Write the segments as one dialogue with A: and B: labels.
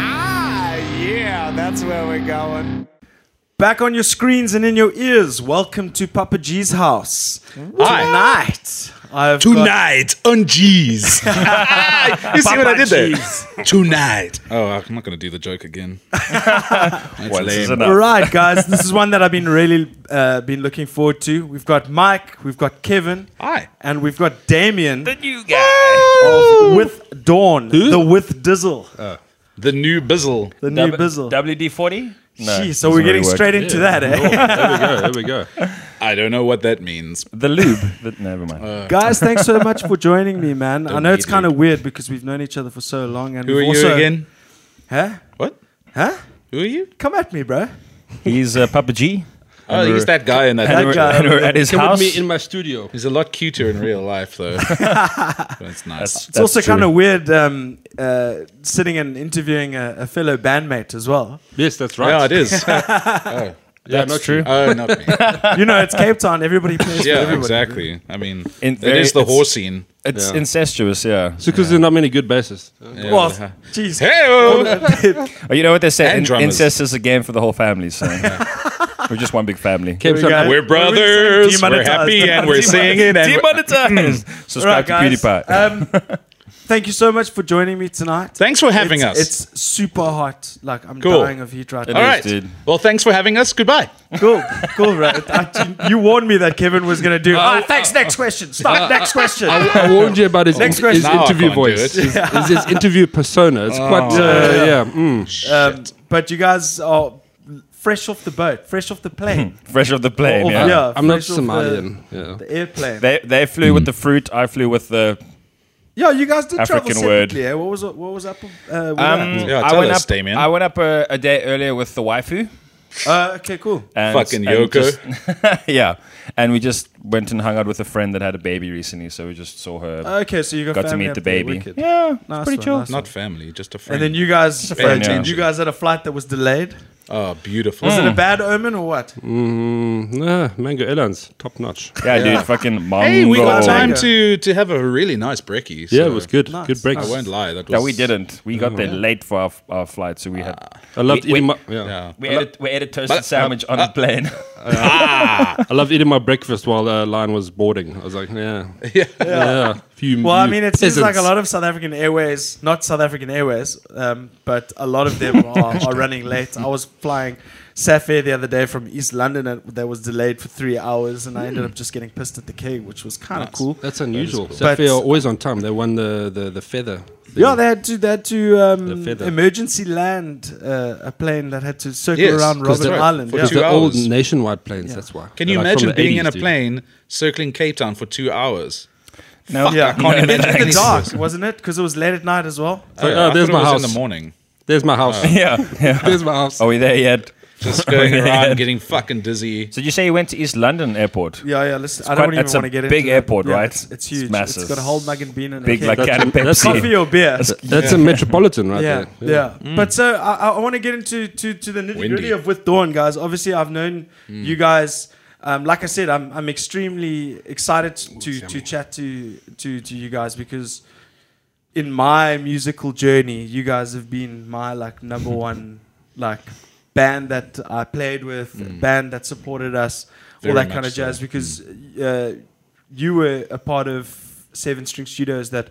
A: Ah,
B: That's where we're going.
C: Back on your screens and in your ears, welcome to Papa G's house.
A: Hi.
C: Tonight, I've
A: Tonight on G's. you see
C: got Papa
A: what I did there?
C: G's.
A: Tonight. Oh, I'm not going to do the joke again. That's
D: is
A: lame.
D: enough.
C: All right, guys, this is one that I've been really uh, been looking forward to. We've got Mike, we've got Kevin,
A: Hi.
C: and we've got Damien
D: new guy.
C: of with Dawn, the with Dizzle,
A: The new Bizzle.
C: the new Bizzle.
D: WD forty.
C: Gee, so we're getting straight into that, eh?
A: there we go. There we go. I don't know what that means.
D: The lube. That- never mind.
C: Guys, thanks so much for joining me, man. I know it's
A: need to.
C: kind of weird because we've known each other for so long, and
A: Who are
C: we've
A: you
C: also,
A: again?
C: Huh?
A: What?
C: Huh?
A: Who are you?
C: Come at me, bro.
D: He's uh, Papa G.
A: Oh, he's that guy in that.
C: That
A: picture.
C: guy.
D: And we're at his
E: Come
D: house.
E: with me in my studio.
A: He's a lot cuter in real life, though. That's nice.
C: It's also kind of weird um, uh, sitting and interviewing a, a fellow bandmate as well.
E: Yes, that's right.
A: yeah, it is.
E: Yeah,
D: That's
E: not
D: true.
A: Oh, not me.
C: You know, it's Cape Town. Everybody plays with
A: Yeah,
C: everybody.
A: exactly. I mean,
D: In-
A: it
D: very-
A: is the
D: it's-
A: whore scene.
D: It's
E: Yeah.
D: incestuous. Yeah.
E: It's because there's not many good bassists.
A: Yeah.
C: Well, jeez.
A: Hey-o.
D: Oh, you know what they say?
A: And
D: in-
A: drummers.
D: incest is a game for the whole family. So we're just one big family.
E: Came
C: we go.
E: some,
A: We're brothers. We're
C: Demonetized.
A: happy and we're Mm. singing. And
D: Demonetized. Subscribe to PewDiePie.
C: Um, thank you so much for joining me tonight.
A: thanks for having
C: it's,
A: us.
C: It's super hot. Like I'm
A: Cool.
C: dying of heat right
A: All
C: now.
D: is,
A: right.
D: dude.
A: Well, thanks for having us. Goodbye.
C: Cool, cool, right? I, you warned me that Kevin was gonna do. "Ah, thanks. next question. Stop.
A: Uh,
C: next question.
E: I, I warned you about his,
C: Next
E: his
C: question.
A: Now I
E: interview
A: can't do
E: voice.
A: it.
E: His, his, his interview persona. It's quite. Uh, yeah. mm.
C: um, but you guys are fresh off the boat, fresh off the plane.
D: Fresh off the plane.
C: Oh,
D: yeah.
C: yeah.
E: I'm not
C: fresh off the-
E: Somalian. yeah.
C: The airplane.
D: They they flew with the fruit. I flew with the.
C: yeah, you guys did
D: African
C: travel
D: word.
C: separately. eh? What was what was up? Uh, with
D: Um,
A: Yeah,
D: I
A: tell
D: went
A: us,
D: up.
A: Damien.
D: I went up a, a day earlier with the waifu.
C: that? Uh, okay, cool.
D: And,
A: Fucking
D: and
A: Yoko.
D: just- yeah, and we just went and hung out with a friend that had a baby recently, so we just saw her.
C: Uh, Okay, so you got,
D: got to
C: family
D: meet
C: up
D: the
C: there,
D: baby.
C: wicked.
D: Yeah, it's
C: Nice
D: pretty
C: one,
D: chill.
C: nice
A: Not family, just a friend.
C: And then you guys,
A: friend,
C: uh,
D: yeah.
C: you guys had a flight that was delayed.
A: oh, beautiful.
D: Mm.
C: Was it a bad omen or what?
E: Mm, nah, Mango Airlines, top notch.
D: Yeah, dude, fucking Mongo.
A: Hey, we got
C: Go.
A: time to, to have a really nice brekkie.
E: Yeah,
A: so-
E: it was good.
C: Nice,
E: Good breaks.
A: I won't lie. That was,
D: No, we didn't. We got there late for our, our flight, so we had.
E: I loved
D: We- we-
E: eating my. Yeah.
A: Yeah.
D: We ate, a, we ate a toasted sandwich on a plane.
E: I loved eating my breakfast while the line was boarding. I was like, yeah, yeah. Few,
C: Well, I
E: you
C: mean, it seems like a
E: peasants.
C: lot of South African Airways, not South African Airways, um, but a lot of them are, are running late. I was flying Safair the other day from East London, and that was delayed for three hours, and I ended
D: Hmm.
C: up just getting pissed at the quay, which was kind of cool.
E: That's unusual. That
C: But-
E: are always on time. They won the the, the feather. thing.
C: Yeah, they had to they had to um,
E: The feather.
C: emergency land uh, a plane that had to circle
A: Yes,
C: around
A: 'cause
C: Robben
A: they're-
C: Island.
A: for
C: Yeah.
E: It's
A: Two
E: the old
A: hours.
E: nationwide planes. That's why.
A: Can you
E: They're like from
A: imagine
E: the
A: being in a
E: 80s, dude.
A: plane circling Cape Town for two hours?
D: no,
C: Yeah,
D: can't
C: and
D: imagine.
C: in the dark, wasn't it? Because it was late at night as well.
E: Like,
A: I
E: oh, there's
A: thought
E: my
A: it was
E: house.
A: in the morning.
E: There's my house.
D: yeah, yeah.
E: There's my house.
D: Are
C: Oh,
D: we there yet?
A: Just going around, getting fucking dizzy.
D: So you say you went to East London Airport?
C: Yeah, yeah. Listen, I don't
D: quite-
C: even
D: it's a
C: want to get into
D: big
C: that.
D: airport, right?
C: It's, it's
D: It's
C: huge.
D: massive.
C: it's got a whole mug and bean in
D: Big
C: it.
D: like
E: That's-
D: can of
E: that's
D: Pepsi.
C: coffee or beer.
E: That's a metropolitan right
C: yeah,
E: there.
C: yeah. But so I, I want to get into to, to the nitty gritty
A: Windy.
C: of with Dawn, guys. Obviously, I've known you guys. Um, like I said, I'm I'm extremely excited to to chat to to to you guys because in my musical journey, you guys have been my like number one like band that I played with,
E: Mm.
C: band that supported us, all
A: Very
C: that kind
A: much
C: of jazz.
A: so.
C: Because uh, you were a part of Seven String Studios that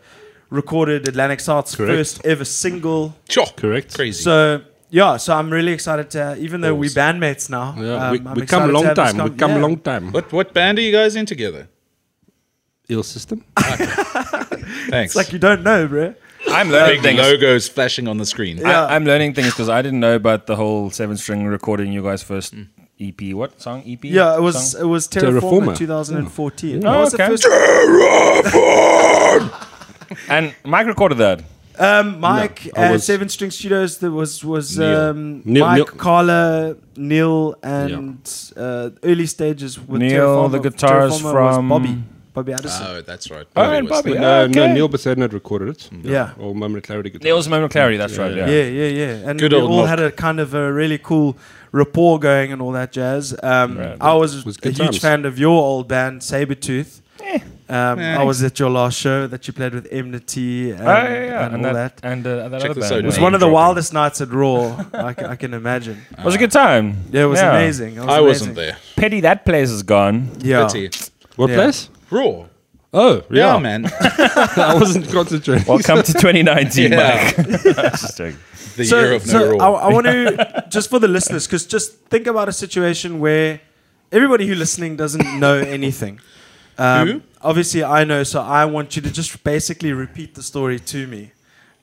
C: recorded Atlantic South's
E: Correct.
C: first ever single.
A: Sure.
E: Correct.
A: Crazy.
C: So yeah, so I'm really excited to. Even though we're bandmates now,
E: Yeah,
C: um,
E: we,
C: I'm
E: we
C: excited
E: come
C: to
E: long
C: have this
E: time. We
C: com-
E: come
C: yeah.
E: long time.
A: what what band are you guys in together?
E: Ill system.
A: Thanks.
C: It's like you don't know, bro.
D: I'm
A: Big
D: learning things.
A: logos flashing on the screen.
C: Yeah.
D: I, I'm learning things because I didn't know about the whole seven string recording. You guys first
E: Mm.
D: EP, what song EP?
C: Yeah, it was
D: Song?
C: it was Terraformer,
E: Terraformer.
C: 2014.
D: Oh,
C: That was the
D: okay.
C: first
D: And Mike recorded that.
C: Um, Mike
E: I
C: at
E: was-
C: Seven String Studios. There was was
E: Neil.
C: um,
E: Neil-
C: Mike,
E: Neil-
C: Carla, Neil, and uh, early stages with
D: Neil,
C: Terraforma-
D: the guitarist
C: Terraforma
D: from-
C: was Bobby, Bobby Addison.
A: Oh, that's right.
D: Oh,
A: Bobby
D: and
A: was
D: Bobby.
A: there.
E: No,
D: Okay.
E: no, Neil Bissett had recorded it.
C: Yeah.
E: Or Moment of Clarity guitar.
D: Neil's Moment of Clarity. That's right. Yeah.
C: yeah, yeah, yeah. And
A: Good
C: we
A: old
C: all
A: Mark.
C: had a kind of a really cool rapport going and all that jazz. Um,
D: Right.
C: I was,
E: Was
C: a
E: good
C: huge
E: times.
D: Eh.
C: fan of your old band Sabretooth. Um, I
A: Thanks.
C: was at your last show that you played with Enmity and,
D: Oh, yeah, yeah, yeah.
C: and
D: And
C: all
D: that,
C: that.
D: and uh, that
A: Check
D: other
A: this
D: band.
A: out,
D: yeah.
C: It was
A: name
C: one of the
A: dropping.
C: wildest nights at Raw. I, c- I can imagine.
D: It was a good time.
C: Yeah, it was amazing. It was
A: I wasn't
C: amazing.
A: there.
D: Pity that place is gone.
C: Yeah.
A: Pity.
E: What
C: Yeah.
E: place?
A: Raw.
E: Oh, yeah,
A: Yeah, man.
E: I wasn't concentrating.
D: Welcome to 2019,
A: Yeah.
D: Mike. Just joking.
A: The
C: so,
A: year of no
C: so
A: Raw.
C: I, I want to just for the listeners because just think about a situation where everybody who listening doesn't know anything. Um,
A: Who?
C: Obviously, I know, so I want you to just basically repeat the story to me.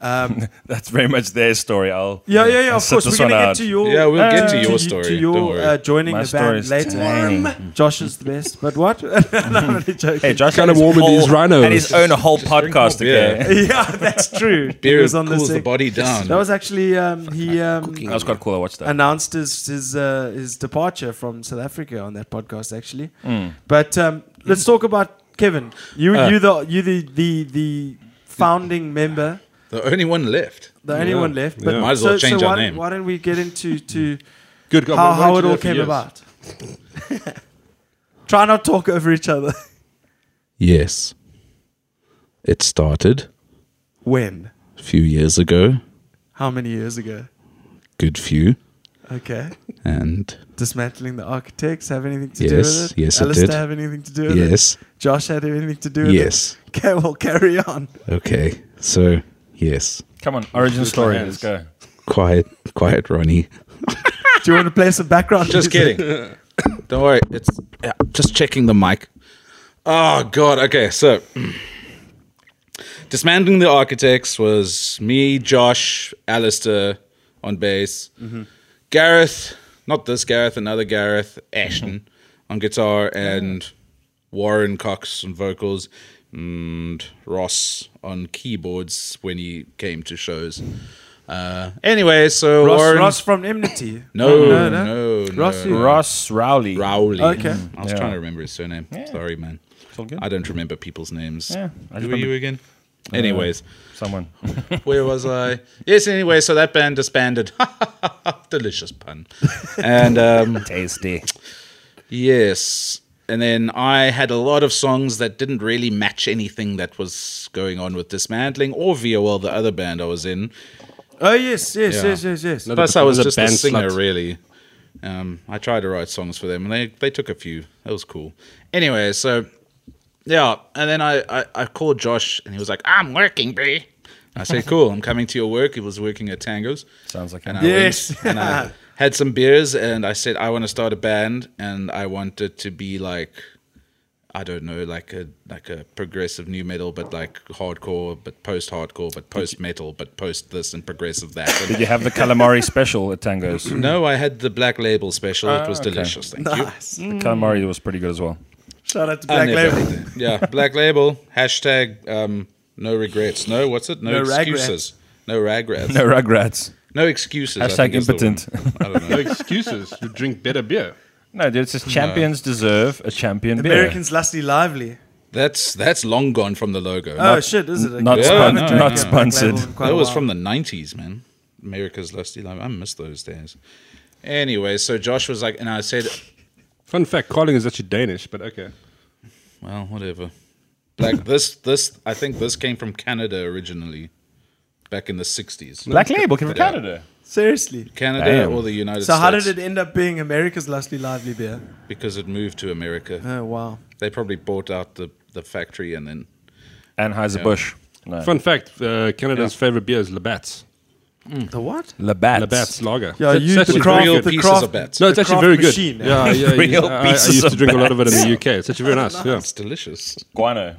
C: Um,
D: That's very much their story. I'll
C: yeah, yeah, yeah.
D: I'll
C: Of
D: sit
C: course,
D: this
C: we're gonna
D: one
C: get
D: out.
C: to your
A: Yeah, we'll get to your
C: you- to
A: story,
C: your
A: don't worry.
C: uh, joining
D: My
C: the
D: story
C: band
D: is
C: later.
D: tiny.
C: Josh is the best, but what? No, I'm only joking.
D: Hey, Josh
E: Kinda
D: had his
E: warm with
D: whole-
E: these rhinos.
D: and his own whole podcast.
A: drink more beer.
D: Okay,
C: yeah, that's true. He
A: Beer
C: was on the
A: cools the
C: sec-
A: body down.
C: That was actually um, he. Um,
D: that was quite cool. I watched that.
C: announced his his uh, his departure from South Africa on that podcast actually. But um, let's talk about Kevin. You
E: Mm. Uh.
C: you the you the the the founding member,
A: the only one left.
C: the only one left.
E: Yeah.
A: Might as well change
C: why
A: our
C: don't-
A: name.
C: Why don't we get into to
E: Good God,
C: how
E: why
C: how
E: weren't
C: it
E: you
C: all
E: there for
C: came
E: years?
C: about? Try not talk over each other.
A: Yes. It started
C: When?
A: a few years ago.
C: How many years ago?
A: Good few.
C: Okay.
A: And
C: Dismantling the architects have anything to do
A: Yes,
C: with it?
A: yes, it
C: Alistair
A: did.
C: have anything to do with it?
A: yes.
C: Josh had anything to do with it?
A: Yes.
C: Okay, well carry on.
A: Okay. So, yes.
D: Come on, origin
E: Just
D: story.
E: my
D: Let's go.
A: Quiet, quiet, Ronnie.
C: Do you want to play some background?
A: Just
C: music?
A: kidding. Don't worry. It's yeah, just checking the mic. Oh God. Okay. So, dismantling the architects was me, Josh, Alistair on bass, Gareth, not this Gareth, another Gareth, Ashton on guitar, and Warren Cox on vocals, and Ross on keyboards when he came to shows. Uh, anyway, so
C: Ross,
A: Warren,
C: Ross from Enmity.
A: no, no,
C: no, no.
A: no,
C: Ross who?
D: Ross Rowley.
A: Rowley.
C: Okay.
A: Mm. I was
D: Yeah.
A: trying to remember his surname.
D: Yeah.
A: Sorry, man.
D: all good.
A: I don't remember people's names.
D: Yeah, I just
A: Who are you
D: remember-
A: again?
D: Uh,
A: Anyways,
D: Someone.
A: where was I? Yes, anyway, so that band disbanded. Delicious pun. And um,
D: Tasty.
A: yes. And then I had a lot of songs that didn't really match anything that was going on with Dismantling or VOL, the other band I was in.
C: Oh yes, yes,
A: Yeah.
C: yes, yes, yes.
E: No,
A: Plus,
E: the-
A: I was
E: the
A: just a
E: band
A: singer,
E: slut.
A: really. Um, I tried to write songs for them, and they, they took a few. That was cool. Anyway, so yeah, and then I, I, I called Josh, and he was like, "I'm working, B." I said, "Cool, I'm coming to your work." He was working at Tango's.
D: Sounds like
A: And
D: him.
A: I went
C: Yes.
A: and I had some beers, and I said, "I want to start a band, and I want it to be like." I don't know, like a like a progressive new metal, but like hardcore, but post hardcore, but post metal, but post this and progressive that. And
D: Did you have the calamari special at Tango's? the
A: no, I had the black label special. it was
C: Ah,
D: okay.
A: delicious. Thank you.
C: Nice. Mm.
D: calamari was pretty good as well.
C: Shout out to
A: I
C: Black
A: never
C: Label.
A: had that. Yeah, black label. Hashtag um, no regrets. No, what's it? No,
C: No rag
A: excuses. No ragrats.
D: No
A: No,
D: Rugrats.
A: excuses. I
D: Hashtag
A: think is the
D: impotent.
A: one. I don't
E: No
A: know.
E: excuses. You drink better beer.
D: No, dude, it says champions deserve a champion beer.
C: Americans lustily lively.
A: That's that's long gone from the logo.
C: Oh shit, is it? Okay.
D: not
C: I
A: spon-
C: haven't
A: not
C: drank Black
D: sponsored.
C: Label in quite
A: that
C: a
A: was
C: while.
A: from the nineties, man. America's Lusty Life. I miss those days. Anyway, so Josh was like, and I said,
E: Fun fact: Carling is actually Danish, but okay.
A: well, whatever. Like this, this I think this came from Canada originally, back in the sixties.
D: Black Label came from
A: Yeah.
D: Canada.
C: seriously.
A: Canada
D: Damn.
A: or the United
C: So
A: States.
C: how did it end up being America's lustily lively beer?
A: Because it moved to America.
C: Oh wow.
A: They probably bought out the, the factory and then.
D: Anheuser-Busch. No.
E: Fun fact: uh, Canada's favorite beer is Labatt's.
A: Hmm.
C: The what?
D: Labatt's.
E: Labatt's Lager.
C: Yeah,
E: It's
C: you
E: actually
C: the craft,
E: very
A: real
C: the
A: pieces
C: craft,
A: of bats.
E: No, it's
C: the
E: actually
C: craft
E: very good.
C: machine, eh?
E: Yeah, yeah.
D: Real
E: yeah. I, I
D: pieces
E: used to
D: of
E: drink a lot of it in the UK. It's actually very nice. Yeah.
A: It's delicious.
D: Guano.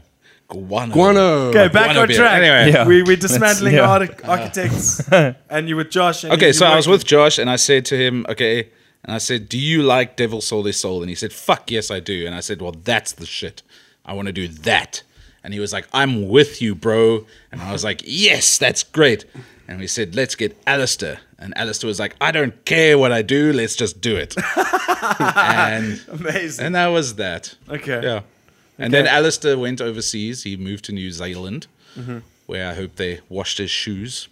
A: Guano.
E: Guano.
C: Okay, back
A: Guano
C: on
A: beer.
C: track.
A: Anyway.
D: Yeah.
C: We we're
D: Let's-
C: dismantling
D: yeah.
C: arch- architects, and you with Josh. And
A: Okay,
C: you-
A: so
C: you
A: I was
C: were-
A: with Josh and I said to him, okay, and I said, do you like Devil Soul This Soul? And he said, fuck yes, I do. And I said, well, that's the shit. I want to do that. And he was like, I'm with you, bro. And I was like, yes, that's great. And we said, let's get Alistair. And Alistair was like, I don't care what I do, let's just do it. and
C: amazing.
A: And that was that.
C: Okay.
A: Yeah. And then Alistair went overseas. He moved to New Zealand, where I hope they washed his shoes.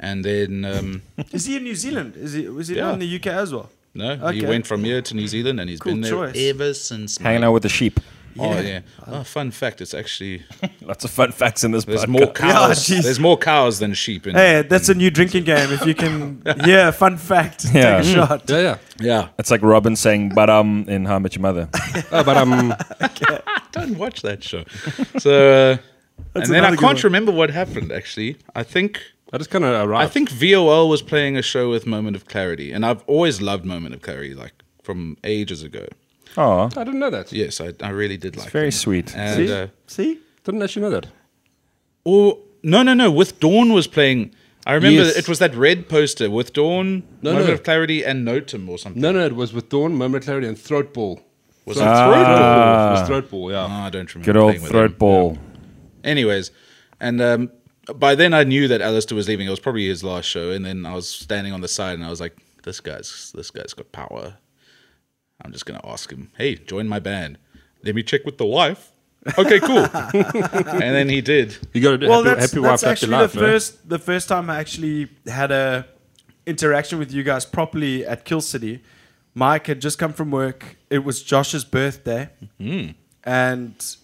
A: And then, um,
C: Is he in New Zealand? Is he was he
A: Yeah.
C: not in the UK as well?
A: no,
C: Okay.
A: he went from here to New Zealand and he's
C: Cool
A: been there
C: choice.
A: ever since.
D: Hanging
A: mate.
D: out with the sheep.
A: Oh yeah. Oh, fun fact: It's actually
D: Lots of fun facts in this
A: there's
D: podcast.
A: more cows.
C: jeez.
A: there's more cows than sheep. In,
C: Hey, that's a new drinking game. If you can, yeah, fun fact.
D: Yeah.
C: Take a shot.
E: Yeah, yeah.
A: Yeah.
D: It's like Robin saying "but um" in "How Much Your Mother."
E: Oh, but um,
A: don't watch that show. So, uh, and then I
C: another good
A: can't
C: one.
A: remember what happened. Actually, I think
E: I just kind of
A: I
E: arrived.
A: think VOL was playing a show with Moment of Clarity, and I've always loved Moment of Clarity, like from ages ago.
D: Oh,
E: I didn't know that.
A: Yes, I, I really did like.
D: very
A: them.
D: sweet.
A: And,
C: See,
A: uh,
C: see,
E: Didn't actually know that.
A: or no, no, no. With Dawn was playing. I remember
E: Yes.
A: it was that red poster with Dawn,
E: No,
A: Moment
E: no.
A: of Clarity, and Notum or something.
E: No, no, it was with Dawn, Moment Clarity, and Throat Ball.
A: Was
E: Throat-
A: it
E: Throat Ball?
D: Ah.
E: It was Throat Ball,
A: Oh,
E: yeah.
A: I don't remember.
D: Good old
A: playing with them.
D: throat ball.
A: Anyways, and um, by then I knew that Alistair was leaving. It was probably his last show, and then I was standing on the side, and I was like, "This guy's this guy's got power. I'm just gonna ask him, hey, join my band. Let me check with the wife. Okay, cool. and then he did.
E: You got to
C: well,
E: happy,
C: that's,
E: happy
C: that's
E: wife, happy
C: actually
E: life, eh?
C: the
E: man.
C: first the first time I actually had a interaction with you guys properly at Kill City. Mike had just come from work. It was Josh's birthday,
E: Mm-hmm.
C: and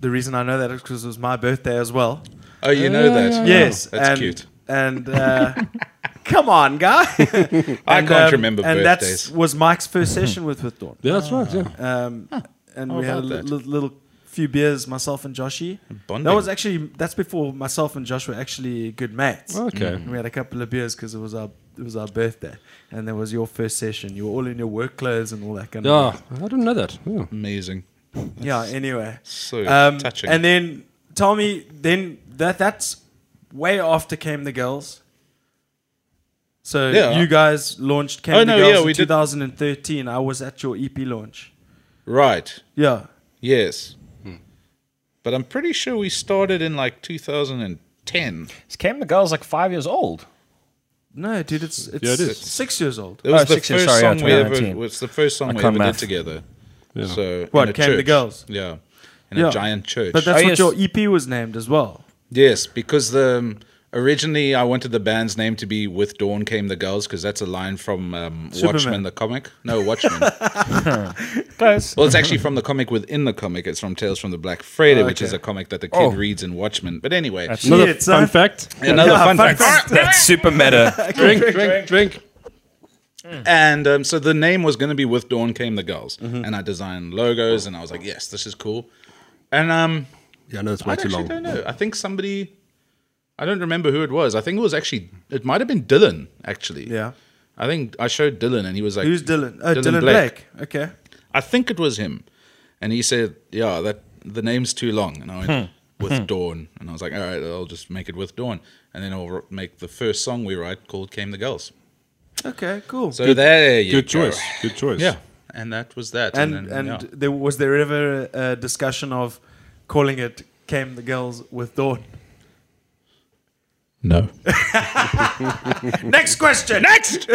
C: the reason I know that is because it was my birthday as well.
A: Oh, you know
E: Mm.
A: that?
C: yes,
A: Oh, that's
C: and,
A: cute.
C: And uh, come on, guy.
A: I
C: And, um,
A: can't remember
C: And
A: birthdays.
C: that was Mike's first session with with Dawn.
E: Yeah, that's right, yeah.
C: Um, and
A: How
C: we had a
A: about
C: li-
A: that?
C: li- little few beers, myself and Joshy.
A: Bonding.
C: That was actually that's before myself and Josh were actually good mates.
E: Oh, Okay.
C: And we had a couple of beers because it was our it was our birthday, and that was your first session. You were all in your work clothes and all that kind of
E: Yeah, I didn't know that. Yeah.
A: Amazing.
C: yeah. Anyway,
A: So
C: um,
A: touching.
C: and then Tommy, then that that's way after came the girls. So
A: Yeah.
C: you guys launched came
A: Oh,
C: the
A: no,
C: girls
A: yeah,
C: in
A: we did-
C: 2013. I was at your EP launch.
A: right.
C: Yeah.
A: Yes. But I'm pretty sure we started in like 2010.
D: Came the girl's like five years old.
C: No, dude, it's it's
E: Yeah, it is.
C: six years old.
A: It was
D: Oh,
A: the
D: six
A: first
D: years, sorry, yeah,
A: song we ever.
D: 2019.
A: It's the first song
D: I
A: we
D: can't
A: ever did
D: math.
A: together.
E: Yeah.
A: So
C: What,
A: in a
C: Came the
A: church.
C: Girls?
A: Yeah, in
C: Yeah.
A: a giant church.
C: But that's
D: Oh,
C: what
D: yes.
C: your EP was named as well.
A: yes, because the um, originally I wanted the band's name to be "With Dawn Came the Girls" because that's a line from um,
C: Superman.
A: Watchmen, the comic. No, Watchmen.
D: Close.
A: well, it's actually from the comic within the comic. It's from Tales from the Black Friday, which
C: okay.
A: is a comic that the kid
D: Oh.
A: reads in Watchmen. But anyway,
E: Another
C: Shit,
E: fun
C: son.
E: fact.
A: another
C: Yeah,
A: fun,
C: fun
A: fact.
D: That's super meta.
E: Drink, drink, drink.
A: And um, so the name was going to be "With Dawn Came the Girls,"
C: Mm-hmm.
A: and I designed logos, and I was like, "Yes, this is cool." And um,
E: Yeah, no, it's
A: I
E: way too
A: actually
E: long.
A: don't know. I think somebody, I don't remember who it was. I think it was actually, it might have been Dylan, actually.
C: Yeah.
A: I think I showed Dylan and he was like,
C: Who's Dylan? Oh, Dylan, Blake. Okay.
A: I think it was him. And he said, Yeah, that the name's too long. And I went,
C: Hmm.
A: With Dawn. And I was like, All right, I'll just make it with Dawn. And then I'll r- make the first song we write called Came the Girls.
C: Okay, cool.
A: So there you
E: Good
A: go.
E: choice. Good choice.
A: Yeah. And that was that.
C: and
A: then,
C: and
A: yeah.
C: there was there ever a, a discussion of calling it "Came the Girls with Dawn"?
A: no.
C: Next question. Next.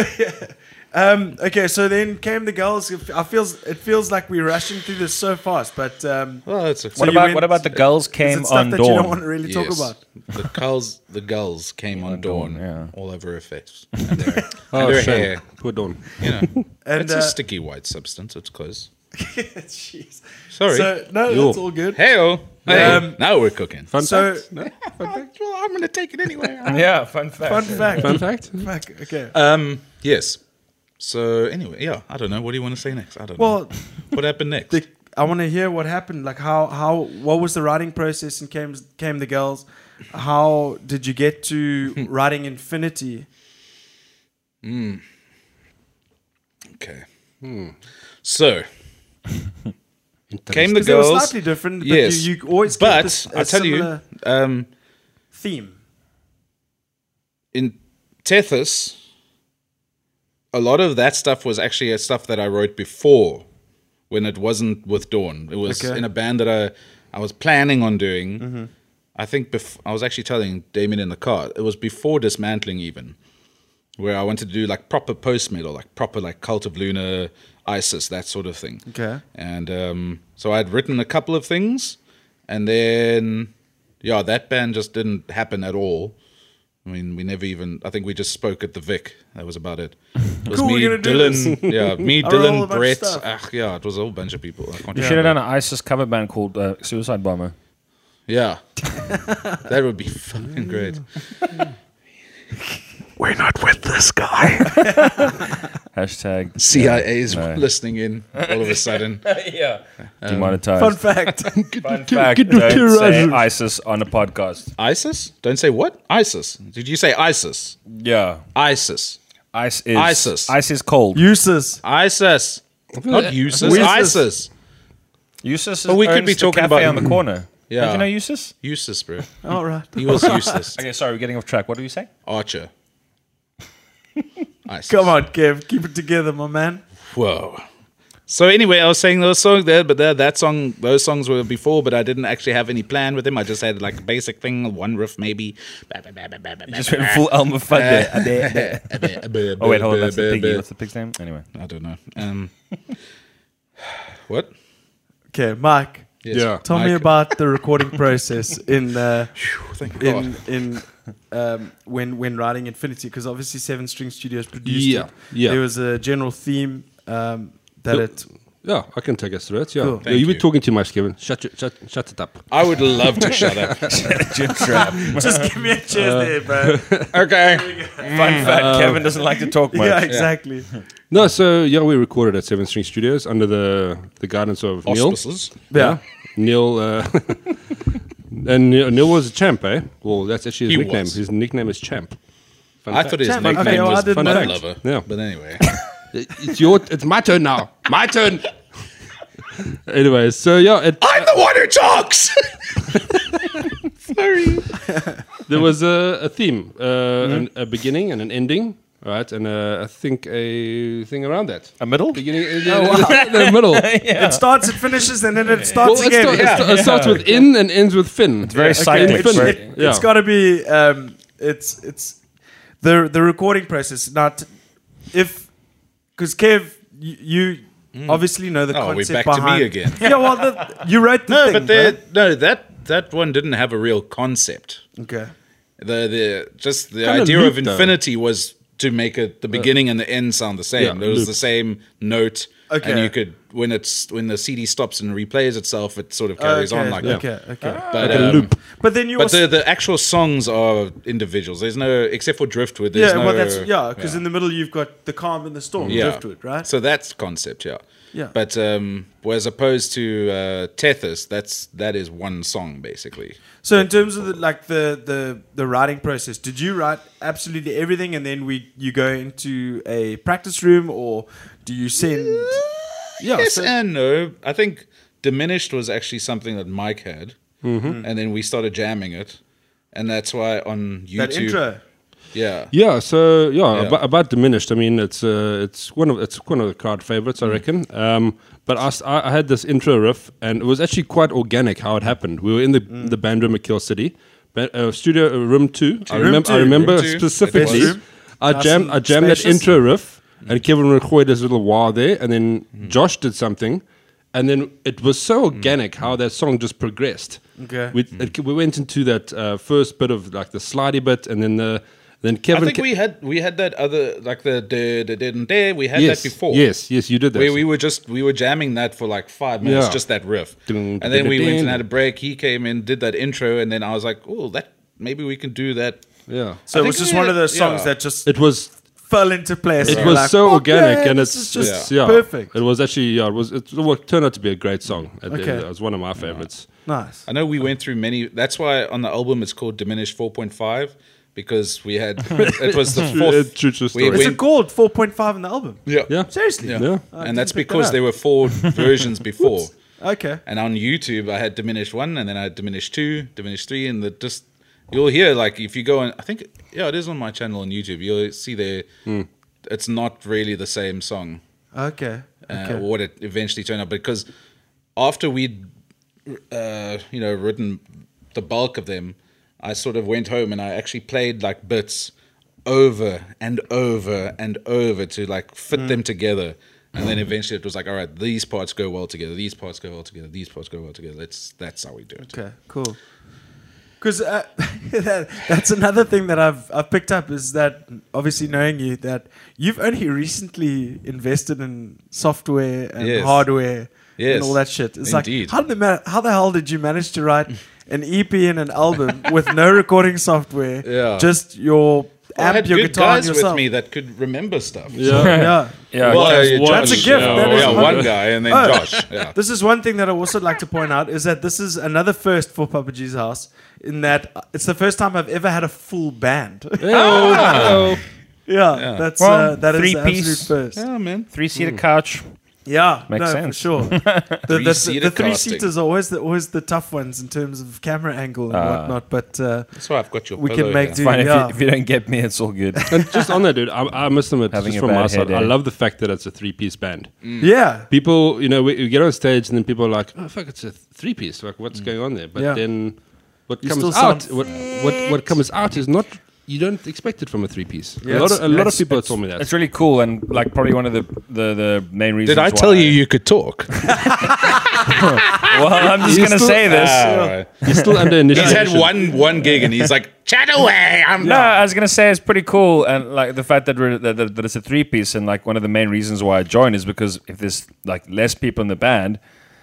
C: um, okay, so then came the girls. I feels it feels like we're rushing through this so fast, but um,
A: Well, that's a
D: What
C: you
D: about
C: went-
D: what about the girls
C: is
D: came
C: it stuff
D: on
C: that you don't
D: dawn?
C: want to really talk
A: Yes.
C: about?
A: The girls, the girls came on Dawn,
D: Dawn, yeah.
A: all over her face. And their, and
E: Oh,
A: their
E: shame.
A: hair.
E: Poor Dawn.
A: You know,
C: And,
A: it's
C: uh,
A: a sticky white substance. It's close.
C: Jeez.
A: Sorry.
C: So no,
E: Yo.
C: that's all good.
A: Hey-o. Hey,
C: Um,
A: now we're cooking.
E: Fun
C: So-
E: fact? No?
A: well, I'm going to take it anyway.
D: Yeah, fun fact.
C: Fun fact.
E: Fun fact?
C: Fuck, Okay.
A: um, yes. So anyway, yeah, I don't know. What do you want to say next? I don't know.
C: Well,
A: What happened next?
C: the, I want to hear what happened. Like how how what was the writing process and came came the girls? How did you get to writing Infinity?
A: okay. Hmm. So came the
C: 'Cause they were
A: girls.
C: slightly different, but
A: yes,
C: you, you always kept
A: but
C: this- a
A: I tell you,
C: similar
A: um,
C: theme.
A: in Tethys, a lot of that stuff was actually uh, stuff that I wrote before when it wasn't with Dawn. It was
C: Okay. Mm-hmm.
A: in a band that I I was planning on doing. I think bef- I was actually telling Damien in the car. It was before dismantling even, where I wanted to do like proper post metal, like proper like Cult of Luna, ISIS, that sort of thing.
C: Okay.
A: And um, so I'd written a couple of things, and then yeah, that band just didn't happen at all. I mean, we never even. I think we just spoke at the Vic. That was about it. It was
C: Cool,
A: me,
C: we're gonna do
A: Dylan. yeah, me,
C: I wrote a
A: Dylan,
C: whole bunch of
A: Brett.
C: stuff.
A: Ugh, yeah, it was a whole bunch of people. I can't
D: You
A: yeah.
D: should have done an ISIS cover band called uh, Suicide Bomber.
A: Yeah. that would be fucking great. We're not with this guy.
D: Hashtag
A: CIA is
D: No.
A: listening in all of a sudden.
D: yeah. demonetized.
C: Fun fact.
D: Fun fact, don't say ISIS on a podcast.
A: ISIS? Don't say what? ISIS. Did you say ISIS?
D: Yeah.
A: ISIS.
D: Ice is
A: ISIS.
D: Ice is cold.
C: Useless.
A: ISIS. Not useless.
C: Useless.
A: ISIS.
D: Usus is
A: But we could be
D: the
A: talking
D: cafe
A: about-
D: on the corner.
A: Yeah.
D: Did you know Usus?
A: Useless, bro.
C: All right.
A: He was useless.
D: Okay, sorry, we're getting off track. What do you say?
A: Archer. ISIS.
C: Come on, Kev. Keep it together, my man.
A: Whoa. So anyway, I was saying those songs there, but that that song, those songs were before, but I didn't actually have any plan with them. I just had like a basic thing, one riff maybe.
D: You just went full Elmer Fudd there. Oh wait, hold on. That's the piggy. What's the pig's name? Anyway,
A: I don't know. Um, what?
C: Okay, Mike.
A: Yes.
E: Yeah.
C: Tell me
A: Mike.
C: about the recording process in uh,
A: Thank God.
C: in in um, when when writing Infinity, because obviously Seven String Studios produced
E: Yeah,
C: it.
E: yeah.
C: There was a general theme um, that
E: Yep.
C: it.
E: Yeah, I can take us through it. Yeah,
C: Cool.
E: Yeah,
A: Thank
E: you were
A: you.
E: talking too much, Kevin. Shut, your, shut, shut it up.
A: I would love to shut up.
D: Jim Trap.
C: Just give me a cheers
E: Uh,
C: there, bro.
A: Okay.
D: Fun fact:
A: Um,
D: Kevin doesn't like to talk much.
C: yeah, exactly.
E: No, so yeah, we recorded at Seven String Studios under the the guidance of Neil.
A: Auspices.
C: Yeah.
E: Neil, uh, and Neil, Neil was a champ, eh? Well, that's actually his
A: He
E: nickname.
A: was.
E: His nickname is Champ. Fun
A: I
E: fact.
A: thought his
C: Damn,
A: nickname
C: okay, well, I
A: was
C: didn't
A: Fun
E: know.
A: Lover.
E: Yeah.
A: But anyway.
E: it's your, it's my turn now. My turn. anyway, so yeah, it,
A: I'm the one who talks!
E: there was a, a theme, uh,
C: Mm-hmm.
E: an, a beginning and an ending, right? And uh, I think a thing around that.
D: A middle?
E: Beginning, the middle.
C: It starts, it finishes, and then it starts
E: Well, it,
C: again.
E: sta- it sta- it starts with in and ends with Finn. It's
D: very cyclic,
C: It's,
D: Finn.
C: it,
E: yeah.
C: has got to be. Um, it's it's the the recording process. Not if because Kev, you, you obviously know the
A: Oh, we're back
C: concept
A: to me
C: behind.
A: again.
C: yeah, well, the, you wrote the
A: no,
C: thing,
A: but the, no, that, that one didn't have a real concept.
C: bro. okay.
A: the the just the
E: Kinda
A: idea of
E: looped, though.
A: infinity was to make it the beginning and the end sound the same.
E: Yeah,
A: there was the
E: looped.
A: same note, and
C: Okay.
A: you could when it's when the CD stops and replays itself, it sort of carries
C: okay,
A: on like that.
C: okay, okay.
A: But,
E: Like a
A: um,
E: loop.
C: But then you
A: But
C: also
A: the, the actual songs are individuals. There's no except for Driftwood. There's
C: yeah,
A: no,
C: well that's yeah, because in the middle you've got the calm and the storm,
A: yeah.
C: driftwood, right?
A: So that's concept, yeah.
C: Yeah.
A: But um, as opposed to uh, Tethys, that's that is one song basically.
C: So in terms of the, like the, the the writing process, did you write absolutely everything and then we you go into a practice room or do you send? Yeah.
A: yes
C: so-
A: and no. I think diminished was actually something that Mike had,
C: Mm-hmm.
A: and then we started jamming it, and that's why on YouTube,
C: that intro.
A: yeah,
E: Yeah, so yeah,
A: Yeah.
E: About, about diminished. I mean, it's uh, it's one of it's one of the crowd favorites,
C: Mm.
E: I reckon. Um, but I, s- I- I had this intro riff, and it was actually quite organic how it happened. We were in the the band room at Kill City, ba- uh, studio uh, room two. I,
C: Mm. Room
E: remem-
C: two.
E: I remember
A: Room two.
E: specifically.
C: Best room.
E: I
C: Nice
E: jammed
C: and
E: I jammed that
C: spacious. Mm.
E: intro riff, and Kevin recorded his little wah there, and then Josh did something, and then it was so organic how that song just progressed.
C: Mm. Okay.
E: we
A: Mm-hmm.
E: it, we went into that uh, first bit of like the slidey bit, and then the then
A: I
E: Kevin.
A: think
E: ca-
A: we had we had that other like the the the did and dare we had
E: yes,
A: that before.
E: Yes, yes, you did that.
A: Where we were just we were jamming that for like five minutes,
E: Yeah.
A: just that riff,
E: Dun,
A: and then we
E: dun,
A: went
E: dun.
A: and had a break. He came in, did that intro, and then I was like, "Oh, that maybe we can do that."
E: yeah.
C: So
A: I
C: it was
A: think
C: just
A: we
C: one of
A: had-
C: those songs
A: yeah.
C: that just
E: It was
C: fell into place.
E: it
C: and you're
E: was
C: like,
E: so
C: "Fuck
E: organic
C: yeah,
E: and
C: this
E: it's,
C: is just
E: it's- yeah.
C: perfect.
E: It was actually yeah, it was it, wa- turned out to be a great song. It,
C: Okay.
E: it was one of my favorites.
C: Nice.
A: I know we went through many. That's why on the album it's called Diminished 4.5 because we had it was the
E: True-
A: fourth.
E: true- true
A: we-
E: story.
A: we-
C: It's a gold 4.5 in the album.
A: yeah,
E: Yeah.
C: Seriously.
A: yeah.
C: I
A: and that's
C: didn't pick that
A: because
C: up.
A: there were four versions before.
C: Okay.
A: And on YouTube, I had Diminished one, and then I had Diminished two, Diminished three, and the just you'll hear like if you go and I think yeah, it is on my channel on YouTube. You'll see there. It's not really the same song.
C: Okay.
A: uh,
C: Okay.
A: what it eventually turned out because after we'd uh, you know written the bulk of them i sort of went home and i actually played like bits over and over and over to like fit them together and then eventually it was like all right these parts go well together these parts go well together these parts go well together that's that's how we do it
C: okay. Cool. Because uh, that, that's another thing that I've I've picked up is that obviously knowing you that you've only recently invested in software and
A: Yes.
C: hardware
A: Yes.
C: and all that shit. It's
A: Indeed.
C: like how the ma- how the hell did you manage to write an EP and an album with no recording software?
A: Yeah.
C: just your
A: I
C: amp,
A: had
C: your
A: good
C: guitar, and
A: guys
C: yourself.
A: with me that could remember stuff.
E: Yeah.
C: Yeah.
D: Yeah,
A: Well,
D: guys,
A: uh,
D: what-
A: Josh,
C: That's a gift.
A: Yeah,
C: That is
A: yeah,
C: one-
A: one guy and then
C: Oh.
A: Josh. Yeah.
C: This is one thing that I also like to point out is that this is another first for Papa G's house in that it's the first time I've ever had a full band.
E: Oh,
C: Yeah, that's
D: Well,
C: uh, that is
D: three
C: the
D: piece.
C: absolute first.
A: Yeah, man.
D: Three seater couch.
C: Yeah,
D: Makes
C: no,
D: sense.
C: for sure. the the, the,
A: Three-seater
C: three
A: casting.
C: seaters are always the always the tough ones in terms of camera angle
D: Ah.
C: and whatnot. But uh,
A: That's why I've got your
C: We can
A: pillow
C: make
A: here.
C: do.
D: Fine,
C: Yeah.
D: if, you, if you don't get me, it's all good.
E: and just on that, dude, I, I must admit,
D: Having
E: just
D: a
E: from my
D: bad
E: side, I
D: headache.
E: love the fact that it's a three-piece band.
C: yeah,
E: People, you know, we, we get on stage and then people are like, "Oh fuck, it's a three-piece. Like, what's going on there?" But
C: Yeah.
E: then, what
C: You still
E: comes
C: sound
E: out, what, what what comes out is not you don't expect it from a three-piece.
C: Yeah.
E: a lot of, a lot of
D: It's-
E: people have
D: it's-
E: told me that.
D: It's really cool and like probably one of the the, the main reasons.
A: Did I
D: why
A: tell you you could talk?
D: Well, I'm just gonna say this.
A: Ah, all right.
E: You're still under
A: He's
E: initiation.
A: had one one gig and he's like, chat away. I'm
D: No,
A: not.
D: I was gonna say it's pretty cool, and like the fact that we're, that, that, that it's a three piece, and like one of the main reasons why I joined is because if there's like less people in the band,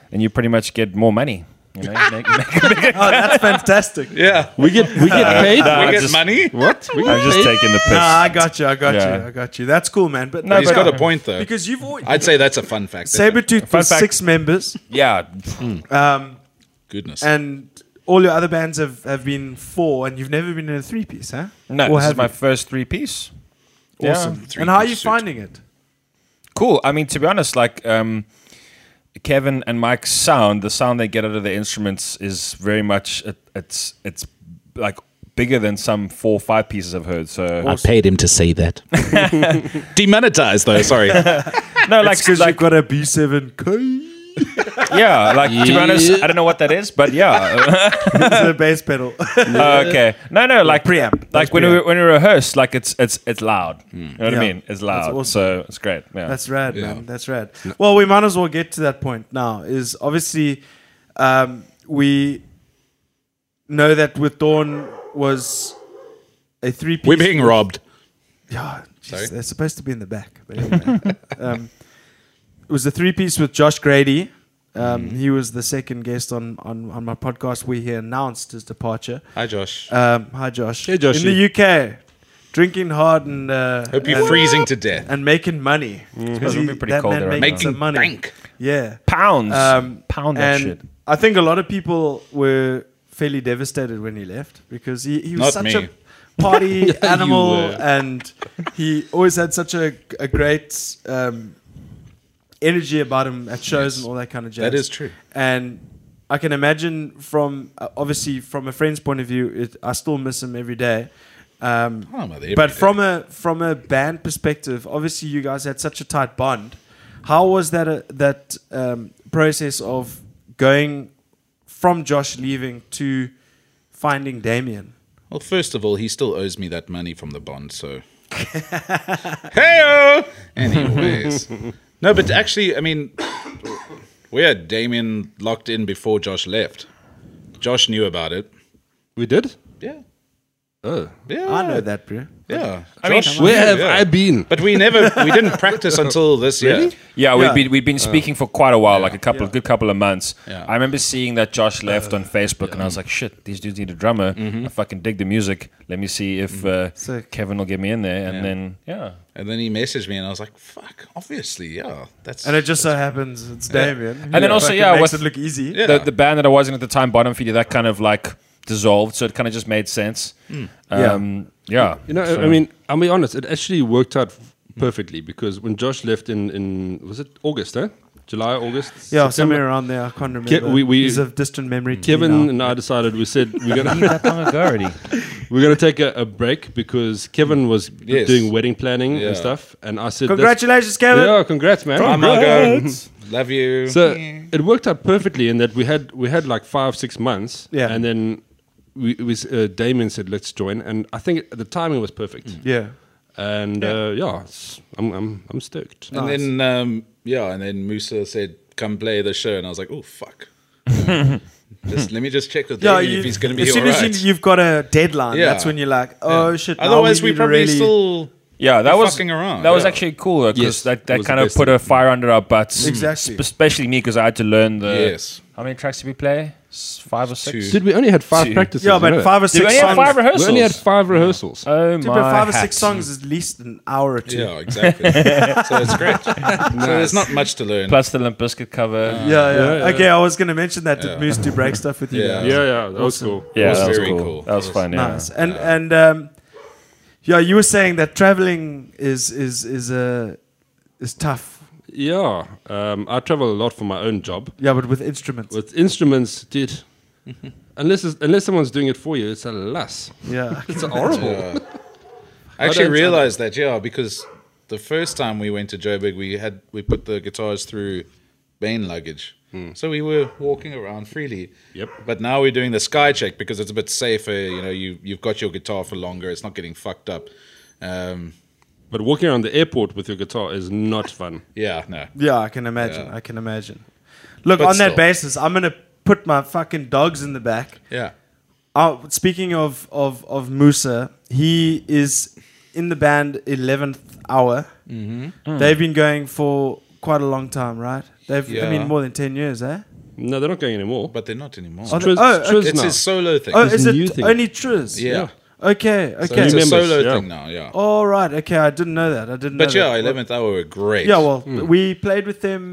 D: then you pretty much get more money. You know, you make- you make-
C: oh, that's fantastic.
A: Yeah.
E: We get we get paid.
D: nah,
A: we
D: I
A: get
D: just-
A: money.
E: what? We get
D: I'm just
E: paid?
D: taking the piss.
C: Ah, I got you. I got you.
D: Yeah.
C: I got you. That's cool, man. But
D: No,
A: He's
D: but-
A: got a point though.
C: because you've always
A: I'd say that's a fun fact.
C: Sabretooth
D: Fun
C: was
D: fact-
C: six members,
D: yeah,
C: um,
A: Goodness.
C: and all your other bands have, have been four, and you've never been in a three piece, huh?
D: no,
C: Or
D: this is
C: have
D: my
C: you?
D: first three piece.
C: awesome.
A: Three-piece
C: And how are you
A: suit.
C: finding it?
D: cool. I mean, to be honest, like um, Kevin and Mike's sound, the sound they get out of the instruments is very much it, it's it's like bigger than some four or five pieces I've heard. So
A: paid him to say that. Demonetized though. Sorry.
D: no, like
C: Because
D: like
C: you've got a B seven K,
D: yeah, like to be honest, I don't know what that is, but yeah,
C: the bass pedal.
D: Uh, okay. No, no, like
C: preamp. That's
D: like when we
C: preamp. Hmm.
D: when we rehearse, like it's it's it's loud. You know what
C: Yeah.
D: I mean? It's loud,
C: awesome.
D: so it's great. Yeah.
C: That's rad, man. That's rad. Well, we might as well get to that point now. Is obviously um, we know that with Dawn was a three piece.
A: We're being robbed.
C: Yeah, jeez,
A: Sorry?
C: they're supposed to be in the back. But anyway, um, it was a three piece with Josh Grady. Um,
A: Mm-hmm.
C: He was the second guest on, on, on my podcast where he announced his departure.
A: Hi Josh.
C: Um, hi, Josh.
E: Hey, Joshy.
C: In the UK, drinking hard and uh,
A: Hope you're
C: and-
A: freezing to death.
C: and making money because
D: It's gonna be pretty cold there right now.
C: making
A: Making
C: some money.
A: bank.
C: Yeah,
D: Pounds,
C: Um,
D: pound that
C: and
D: shit.
C: I think a lot of people were fairly devastated when he left because he, he
A: Not
C: was such
A: me.
C: a party animal
E: were.
C: and he always had such a, a great um, energy about him at shows and all that kind of jazz.
A: That is true.
C: And I can imagine from uh, obviously from a friend's point of view, it, I still miss him every day. Um,
A: Oh, my, every
C: but
A: day.
C: from a from a band perspective, obviously you guys had such a tight bond. How was that uh, that um, process of going from Josh leaving to finding Damien?
A: Well, first of all, he still owes me that money from the bond, so. Heyo! Anyways. no, but actually, I mean, we had Damien locked in before Josh left. Josh knew about it.
E: We did.
A: Yeah.
E: Oh,
A: Yeah.
C: I know that, bro.
A: Yeah.
D: I mean,
A: Josh
E: where
A: knew,
E: have
A: yeah.
E: I been?
A: But we never, we didn't practice until this year.
D: Yeah,
C: Yeah.
D: we've been we've been speaking for quite a while, like a couple, a good couple of months.
A: Yeah.
D: I remember seeing that Josh left on Facebook, and I was like, "Shit, these dudes need a drummer. I fucking dig the music. Let me see if uh,
C: Sick.
D: Kevin will get me in there." And then, yeah,
A: And then he messaged me, and I was like, fuck, obviously, yeah. That's.
C: And it just so happens it's Damien.
D: And then also,
C: Fucking
D: yeah,
C: makes
D: with-
C: it look easy.
A: Yeah.
D: the, the band that I was in at the time, Bottom Feeder, that kind of like dissolved, so it kind of just made sense. Um, yeah,
E: You know, I- I mean, I'll be honest. It actually worked out f- perfectly because when Josh left in in was it August, eh? July, August.
C: Yeah,
E: September,
C: somewhere around there. I can't remember.
E: Ke- we- we-
C: He's of distant memory. to me
E: Kevin
C: now.
E: and I decided we said we're gonna
D: that long ago already.
E: we're gonna take a, a break because Kevin was
A: Yes.
E: doing wedding planning
A: Yeah.
E: and stuff, and I said, that's-
C: Congratulations, Kevin.
E: Yeah, congrats, man. Oh
A: I'm not going. Love you.
E: So it worked out perfectly in that we had we had like five six months,
C: Yeah.
E: and then we it was uh, Damon said let's join, and I think the timing was perfect,
C: Mm. Yeah.
E: and yeah, uh, yeah it's- I'm, I'm I'm stoked.
A: And then, um, yeah, and then Musa said, "Come play the show," and I was like, "Oh fuck, Just let me just check with
C: Yeah,
A: Davey
C: you-
A: if he's going to be
C: as soon
A: alright.
C: as you, you've got a deadline,
A: Yeah.
C: that's when you're like, oh
A: Yeah.
C: shit. now
A: Otherwise, we,
C: need to
A: probably
C: really-
A: still
D: Yeah, that
A: We're
D: was
A: fucking around,
D: That was
A: yeah.
D: actually cool because
E: Yes,
D: that,
E: it
D: that
E: was
D: kind
E: the
D: of
E: best
D: put a fire under our butts.
C: Exactly.
D: Sp- especially me because I had to learn the.
A: Yes.
D: How many tracks did we play? S- Five or six.
A: Two.
E: Dude, we only had five
D: Two.
E: practices.
C: Yeah,
E: you know
C: but
E: that.
C: five Uh, or
D: Did we
C: six
D: only have
C: songs.
D: five
E: We
D: rehearsals?
E: only had five rehearsals.
D: oh
C: Dude,
D: my!
C: but five or six
D: hats.
C: songs is at least an hour or two.
A: Yeah, exactly. so it's great. So there's not much to learn.
D: plus the Limp Bizkit cover.
C: Yeah, yeah.
E: Yeah, yeah.
C: Okay, I was gonna mention that. Did Moose do break stuff with you?
A: Yeah.
C: guys?
E: yeah, yeah, that was cool.
D: Yeah,
A: was
D: that was
A: very
D: cool.
A: cool.
D: That was fun. Yeah.
C: Nice. And and um, yeah, you were saying that traveling is is is a is tough.
E: Yeah, um, I travel a lot for my own job.
C: Yeah, but with instruments.
E: With instruments, dude, unless it's, unless someone's doing it for you, it's a lass.
C: yeah.
E: It's horrible.
A: Yeah. I actually
E: don't-
A: realized that, yeah, because the first time we went to Joburg, we had we put the guitars through Bain luggage. So we were walking around freely.
E: Yep.
A: But now we're doing the sky check because it's a bit safer. You know, you you've got your guitar for longer. It's not getting fucked up. Um,
E: But walking around the airport with your guitar is not fun.
A: yeah, no.
C: Yeah, I can imagine.
A: Yeah.
C: I can imagine. Look,
A: But
C: on that
A: still.
C: basis, I'm gonna put my fucking dogs in the back.
A: Yeah.
C: Oh, speaking of of of Musa, he is in the band eleventh hour.
A: Mm-hmm.
C: They've been going for quite a long time, right? They've, I mean,
A: Yeah.
C: more than ten years, eh?
E: No, they're not going anymore. But
A: But they're not anymore.
C: Oh,
E: Triz,
C: oh,
E: Triz
A: it's
E: now.
A: his solo thing.
C: Oh,
E: It's
C: is
E: a new
C: it
E: thing.
C: only Triz?
A: yeah.
C: Okay.
A: So
C: Okay.
E: new
A: it's a
E: members,
A: solo
E: yeah.
A: thing now, yeah.
C: All right. Okay. I didn't know that. I didn't.
A: but
C: know
A: yeah,
C: that.
A: eleventh hour were great.
C: Yeah. Well, we played with them,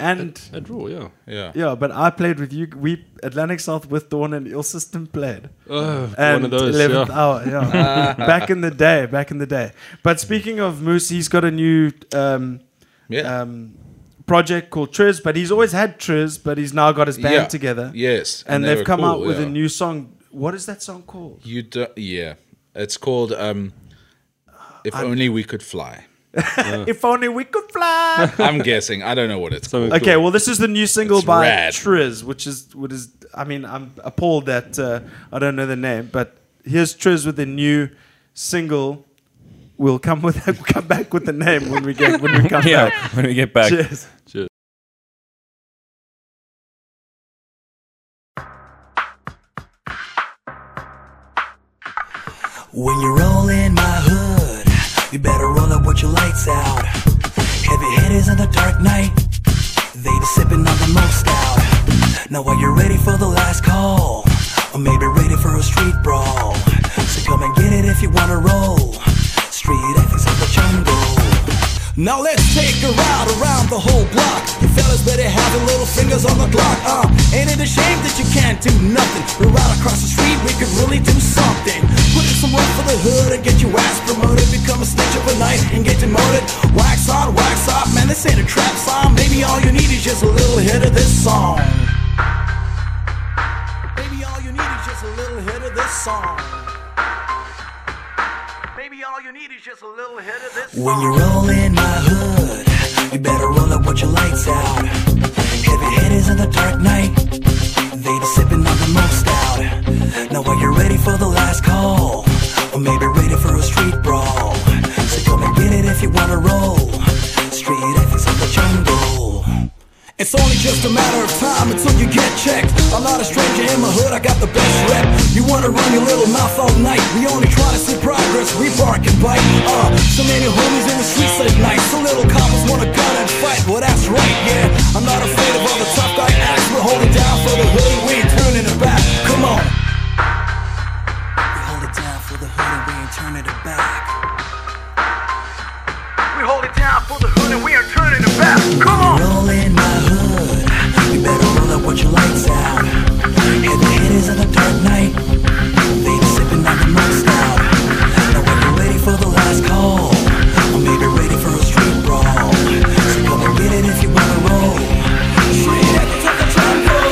C: and
E: I draw, yeah.
A: yeah.
C: yeah, but I played with you. We Atlantic South with Dawn and Ill System played.
E: Ugh,
C: Uh, and
E: one of those.
C: 11th
E: Yeah.
C: hour, yeah. back in the day, back in the day. But speaking of Moose, he's got a new um,
A: Yeah.
C: um, project called Triz, but he's always had Triz, but he's now got his band
A: Yeah.
C: together.
A: Yes.
C: And,
A: they
C: they've
A: were
C: come
A: cool,
C: out with
A: yeah.
C: a new song. What is that song called?
A: You do, yeah. It's called um, "If Only We Could Fly."
C: If only we could fly.
A: I'm guessing. I don't know what it's called.
E: Something
C: Okay,
E: cool.
C: well, this is the new single
A: It's
C: by
A: rad.
C: Triz, which is what is. I mean, I'm appalled that uh, I don't know the name, but here's Triz with a new single. We'll come with we'll come back with the name when we get when we come back.
D: yeah. When we get back.
C: Cheers.
B: When you roll in my hood, you better roll up with your lights out. Heavy hitters in the dark night, they be sipping on the most out. Now are you ready for the last call? Or maybe ready for a street brawl? So come and get it if you wanna roll. Street ethics of the jungle. Now let's take a ride around the whole block. You fellas better have your little fingers on the clock. Uh, ain't it a shame that you can't do nothing? We're right across the street, we could really do something. Put in some work for the hood and get your ass promoted. Become a snitch overnight and get demoted. Wax on, wax off, man, this ain't a trap song. Maybe all you need is just a little hit of this song. Maybe all you need is just a little hit of this song. Maybe all you need is just a little hit of this. When you roll in my hood, you better roll up with your lights out. Heavy hitters in the dark night, they be sipping on the most out. Now are you ready for the last call? Or maybe ready for a street brawl? So come and get it if you wanna roll. Street ethics of the jungle. It's only just a matter of time until you get checked. I'm not a stranger in my hood, I got the best rep. You wanna run your little mouth all night. We only try to see progress, we bark and bite. Uh, so many homies in the streets at night. So little coppers wanna gun and fight. Well, that's right, yeah. I'm not afraid of all the tough guy acts. We're holding down for the hood, we ain't turning it back. Come on. We hold it down for the hood and we ain't turning it back.
F: We hold it down for the hood and we are turning it back. Come on!
B: Roll in my hood. You better roll up with your lights out. Hit the hitters in the dark night. They be sipping on the most out. Now when you're ready for the last call, or maybe ready for a street brawl. So come and get it if you wanna roll. Straight at the top of the jungle.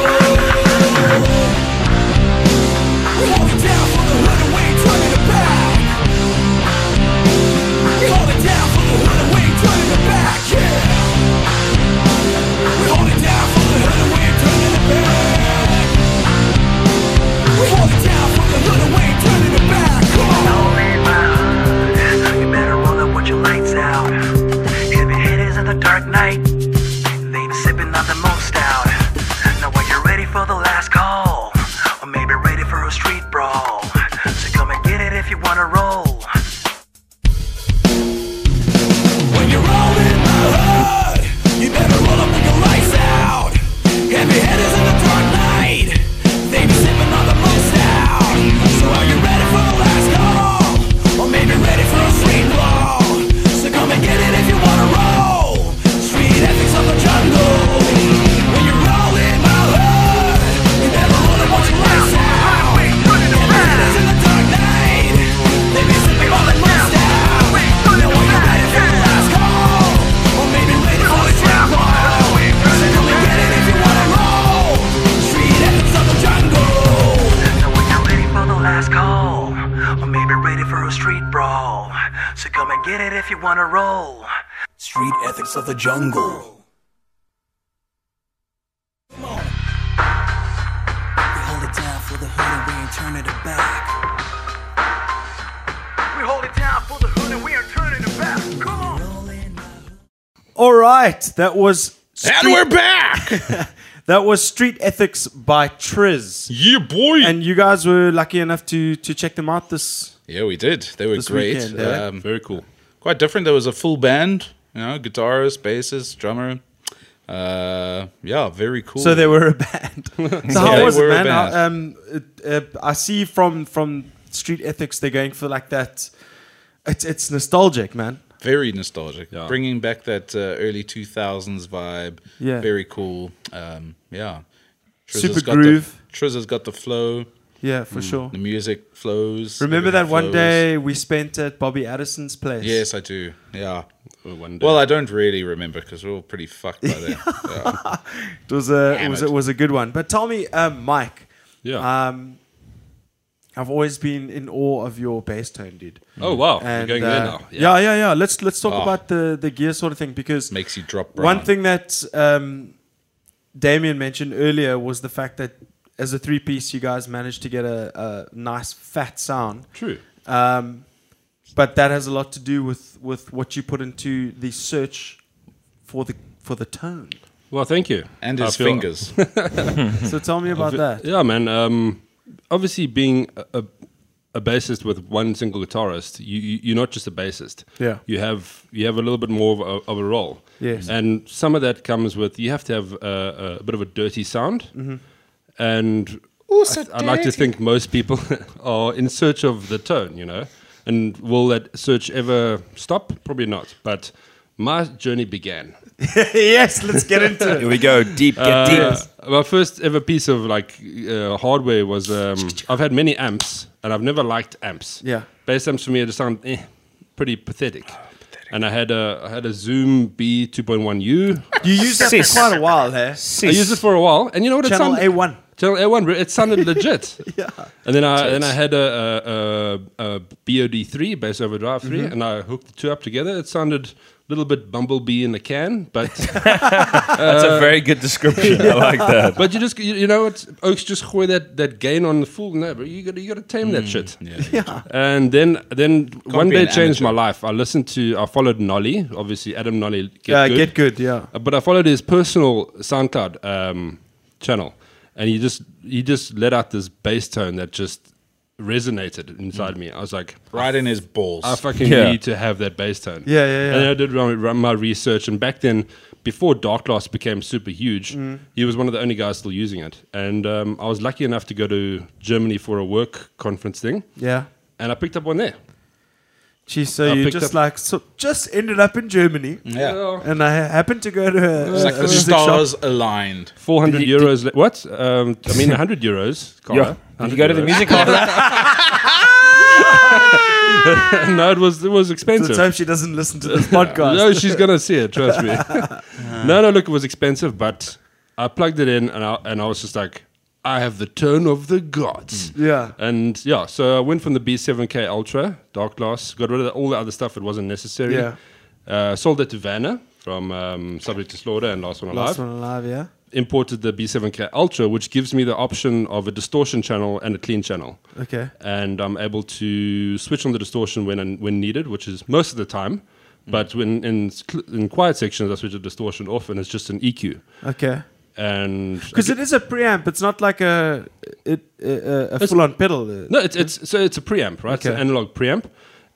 F: Get it if you wanna roll.
B: Street ethics of the jungle. Come on. We hold it down for the hood and we ain't turning it back.
F: We hold it down for the hood and we are turning it back. Come on.
B: Rolling my
C: All right, that was
A: And we're back.
C: that was Street Ethics by Triz.
A: yeah, boy.
C: And you guys were lucky enough to to check them out this
A: yeah, we did. They were
C: This
A: great.
C: weekend, eh?
A: um,
E: Very cool.
A: quite different. There was a full band, you know, guitarist, bassist, drummer. Uh, yeah, very cool.
C: so they were a band. so
A: they
C: how was it,
A: were a
C: man?
A: band.
C: How- um, it- uh, I see from from Street Ethics they're going for like that. It's it's nostalgic, man.
A: very nostalgic,
E: Yeah.
A: bringing back that uh, early two thousands vibe.
C: Yeah.
A: very cool. Um, yeah, Trizz
C: Super
A: has got
C: groove.
A: The, Triz has got the flow.
C: Yeah, for sure.
A: Mm. The music flows.
C: Remember that
A: everything
C: one
A: flows.
C: day we spent at Bobby Addison's place?
A: Yes, I do. Yeah.
E: One day.
A: Well, I don't really remember because we we're all pretty fucked by then. yeah.
C: it was a it was it was a good one. But tell me, um, Mike,
E: yeah.
C: um, I've always been in awe of your bass tone, dude.
E: oh wow, we're
C: And,
E: going
C: uh,
E: there now. Yeah. Ah.
C: Yeah. yeah, yeah, Let's let's talk
A: Oh.
C: about the the gear sort of thing because
A: Makes you drop. Brown.
C: one thing that um, Damien mentioned earlier was the fact that as a three piece, you guys managed to get a, a nice fat sound.
E: True.
C: Um, but that has a lot to do with with what you put into the search for the for the tone.
E: Well, thank you.
A: and
E: I
A: his
E: feel-
A: fingers.
E: Hmm.
C: So tell me about that.
E: Yeah, man. Um, obviously, being a, a, a bassist with one single guitarist, you, you you're not just a bassist.
C: Yeah.
E: you have you have a little bit more of a, of a role.
C: Yes.
E: and some of that comes with you have to have a, a bit of a dirty sound,
C: Mm-hmm.
E: and I, I like to think most people are in search of the tone. You know, and will that search ever stop? Probably not. But my journey began
C: yes, let's get into it.
D: Here we go. Deep, get
E: uh,
D: deep.
E: my first ever piece of like uh, hardware was um, I've had many amps and I've never liked amps.
C: Yeah. Ah,
E: bass amps for me just sound eh, pretty pathetic. And I had a I had a Zoom B 2.1U.
C: You used that
D: Sis.
C: for quite a while there.
E: I used it for a while, and you know what?
C: Channel
E: it sounded,
C: A1.
E: Channel A1. re- It sounded legit.
C: Yeah.
E: And then I then I had a, a, a, a BOD three bass overdrive 3
C: Mm-hmm.
E: and I hooked the two up together. It sounded a little bit bumblebee in the can, but
D: That's a very good description. I like that.
E: But you just you, you know it's Oaks just gooi that that gain on the full no, but you got to you got to tame that shit.
C: Mm, Yeah.
E: And then then one
A: be
E: day
A: an
E: it changed
A: amateur.
E: my life. I listened to I followed Nolly, obviously Adam Nolly. Get
C: Yeah,
E: good.
C: get good, yeah.
E: Uh, But I followed his personal SoundCloud um, channel, and he just he just let out this bass tone that just resonated
C: Mm.
E: inside me. I was like,
A: right in his balls.
E: I fucking
D: Yeah.
E: need to have that bass tone.
C: Yeah, yeah, yeah.
E: And I did run, run my research, and back then, before Dark Glass became super huge,
D: Mm.
E: he was one of the only guys still using it. And um, I was lucky enough to go to Germany for a work conference thing,
C: Yeah.
E: and I picked up one there.
C: Geez, so
E: I
C: you
E: picked
C: just
E: up- Hmm.
C: like so just ended up in Germany,
A: yeah.
C: and I happened to go to a,
A: It's like
C: a
A: the
C: music shop.
A: stars aligned.
E: Four hundred euros. le- what? Um, I mean, hundred euros.
D: Yeah.
E: Carla.
D: Did you
E: 100
D: go to the
E: euros.
D: music hall?
E: no, it was it was
C: Let's
E: expensive.
C: hope she doesn't listen to this podcast.
E: No, she's gonna see it. Trust me. no, no. Look, it was expensive, but I plugged it in, and I and I was just like, I have the turn of the gods.
C: Mm. Yeah.
E: And yeah, so I went from the B7K Ultra dark glass, got rid of all the other stuff that wasn't necessary.
C: Yeah.
E: Uh, sold it to Vanna from um, Subject to Slaughter and Last One Alive.
C: Last one alive, yeah.
E: Imported the B7K Ultra, which gives me the option of a distortion channel and a clean channel.
C: Okay.
E: And I'm able to switch on the distortion when and when needed, which is most of the time. But when in cl- in quiet sections, I switch the distortion off, and it's just an EQ.
C: Okay.
E: And
C: Because it is a preamp. It's not like a it a, a full on pedal.
E: No, it's, it's so it's a preamp, right? It's
C: Okay.
E: an analog preamp,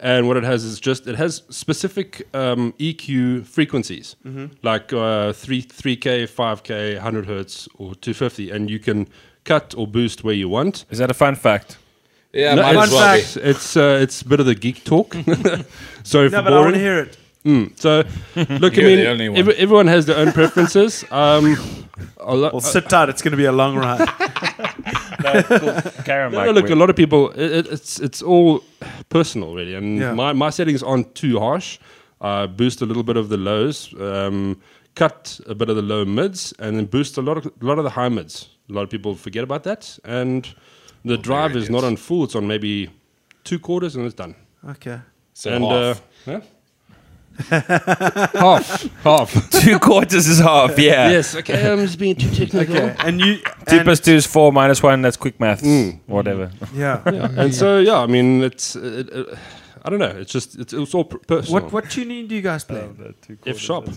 E: and what it has is just it has specific um, EQ frequencies,
C: Mm-hmm.
E: like uh, three three k, five k, hundred hertz, or two fifty, and you can cut or boost where you want.
D: Is that a fun fact?
A: Yeah,
E: No,
A: might
E: it's
A: as well be.
E: it's it's, uh, it's a bit of the geek talk. Sorry
C: No,
E: for
C: but I want to
E: boring.
C: hear it.
A: Uh,
E: So, look, I
A: You're
E: mean,
A: the only one.
E: every, everyone has their own preferences. Um, a lo-
C: Well, sit tight. It's going to be a long ride.
D: Karen,
E: No, no, look, a lot of people. It, it, it's it's all personal, really. And
C: Yeah.
E: my, my settings aren't too harsh. I boost a little bit of the lows, um, cut a bit of the low mids, and then boost a lot of a lot of the high mids. A lot of people forget about that, and the drive
A: it
E: is not
A: is.
E: on full. It's on maybe two quarters, and it's done.
C: okay.
A: So
E: and
A: half.
E: Uh, yeah? half, half.
D: two quarters is half. Yeah.
E: yes. Okay. I'm just being too technical.
C: Okay, and you
D: Two
C: and-
D: plus two is four minus one. That's quick maths. Whatever.
C: Yeah.
E: And so yeah, I mean, it's it, uh, I don't know. It's just it's, it's all per- personal.
C: What what tuning do you guys play?
A: Oh,
E: F sharp.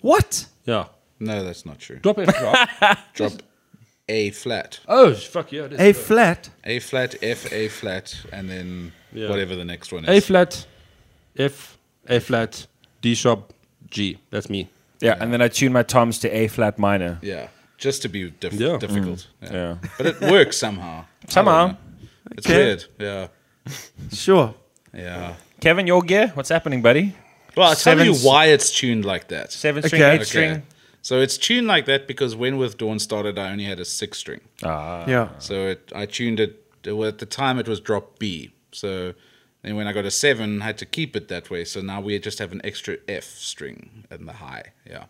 C: what?
E: Yeah.
A: No, that's not true.
E: Drop F sharp.
A: Drop A flat,
E: oh fuck yeah. It is
C: A flat.
A: A flat, F A flat, and then
E: Yeah.
A: whatever the next one is.
E: A flat, F, A flat, D sharp, G. That's me.
D: Yeah, and then I tune my toms to A flat minor.
A: Yeah, just to be diff-
E: Yeah.
A: difficult. Yeah.
D: Yeah.
A: but it works somehow. I don't
D: Somehow.
A: know. it's
C: Okay.
A: weird. Yeah,
C: Sure.
A: yeah.
D: Kevin, your gear? What's happening, buddy?
A: Well, I'll tell you
D: Sevens-
A: why it's tuned like that.
D: Seven string,
C: Okay.
D: eight string.
A: So it's tuned like that because when With Dawn started, I only had a six string. Uh,
C: yeah.
A: So it, I tuned it. well, At the time, it was drop B. So then when I got a seven, I had to keep it that way. So now we just have an extra F string in the high. Yeah.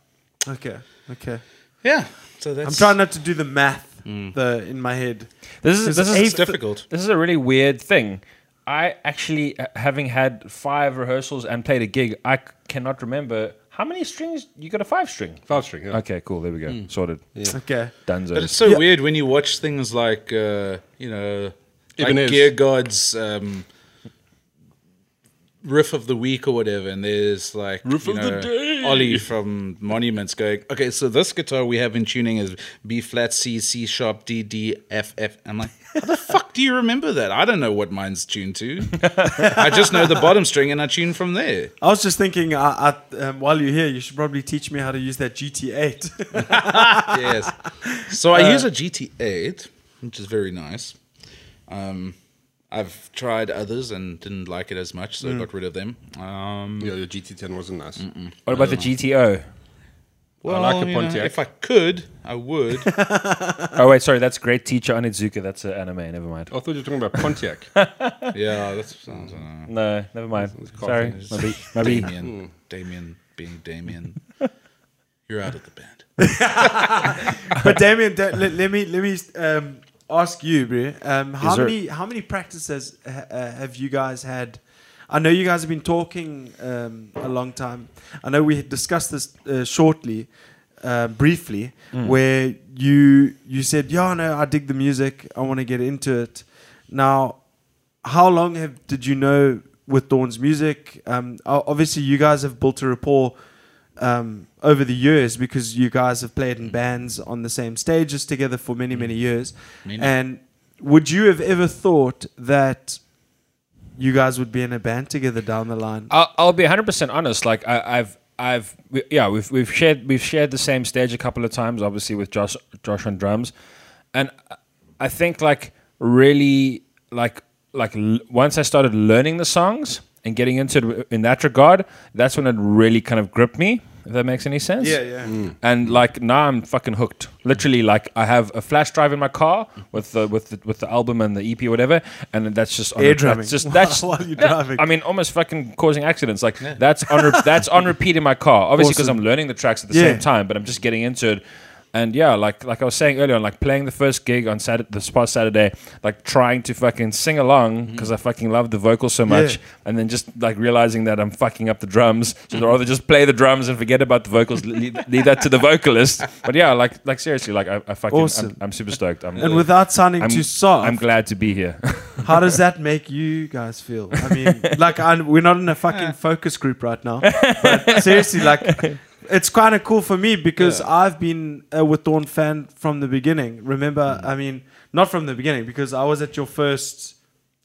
C: Okay. Okay.
A: Yeah. So that's
C: I'm trying not to do the math
A: Mm.
C: the in my head.
D: This is this
A: It's
D: is
A: difficult.
D: This is a really weird thing. I actually, uh, having had five rehearsals and played a gig, I c- cannot remember how many strings you got a five string.
E: Five string. Yeah.
D: Okay, cool. There we go. Sorted.
C: Okay.
A: But it's
D: Dunzo.
A: so weird when you watch things like uh, you know, like
E: Ibanez.
A: Gear God's um, riff of the week or whatever, and there's like riff
E: of the day.
A: Ollie from Monuments going, okay, so this guitar we have in tuning is B flat C C sharp D D F F. I'm like, how the fuck do you remember that? I don't know what mine's tuned to. I just know the bottom string and I tune from there.
C: I was just thinking, I, I, um, while you're here, you should probably teach me how to use that GT8.
A: yes. So I use a GT8, which is very nice. Um, I've tried others and didn't like it as much, so I got rid of them.
D: Mm.
A: Um,
E: Yeah, the GT10 wasn't nice.
D: What about the GTO?
A: well,
E: like a
A: you know,
E: Pontiac.
A: if I could, I would.
D: Oh wait, sorry. That's Great Teacher Onizuka. That's an anime. Never mind.
E: I thought you were talking about Pontiac.
A: yeah, that sounds. I don't know.
D: No, never mind. Sorry.
E: coffee.
D: Maybe, maybe
A: Damien, Damien being Damien, you're out of the band.
C: but Damien, da- let, let me let me um, ask you, bro. Um, how
D: Is there-
C: many how many practices uh, uh, have you guys had? I know you guys have been talking um, a long time. I know we had discussed this uh, shortly, uh, briefly, where you you said, "Yeah, no, I dig the music. I want to get into it." Now, how long have did you know with Dawn's music? Um, o- obviously, you guys have built a rapport um, over the years because you guys have played in
D: Mm.
C: bands on the same stages together for many, many years.
A: Many.
C: And would you have ever thought that you guys would be in a band together down the line?
D: I'll, I'll be 100 percent honest. Like I, I've, I've, we, yeah, we've we've shared we've shared the same stage a couple of times, obviously with Josh Josh on drums, and I- I think like really like like l- once I started learning the songs and getting into it in that regard, that's when it really kind of gripped me. If that makes any sense.
C: Yeah, yeah.
D: And like now I'm fucking hooked. Literally, like I have a flash drive in my car with the with the, with the album and the EP, or whatever, and that's just on
C: Air
D: repeat.
C: drumming.
D: That's just that's
C: While you're
D: Yeah,
C: driving.
D: I mean, almost fucking causing accidents. Like that's on re- that's on repeat in my car. Obviously, because
C: Awesome.
D: I'm learning the tracks at the
C: Yeah.
D: same time, but I'm just getting into it. And yeah, like like I was saying earlier, on, like playing the first gig on Saturday, this past Saturday, like trying to fucking sing along
C: Mm-hmm.
D: because I fucking love the vocals so much, and then just like realizing that I'm fucking up the drums, so I'd rather just play the drums and forget about the vocals, leave, leave that to the vocalist. But yeah, like like seriously, like I, I fucking
C: Awesome.
D: I'm, I'm super stoked. I'm,
C: and without sounding
D: I'm,
C: too soft,
D: I'm glad to be here.
C: how does that make you guys feel? I mean, like i we're not in a fucking focus group right now. But seriously, like it's kind of cool for me because I've been a With Dawn fan from the beginning. Remember,
D: Mm.
C: I mean, not from the beginning because I was at your first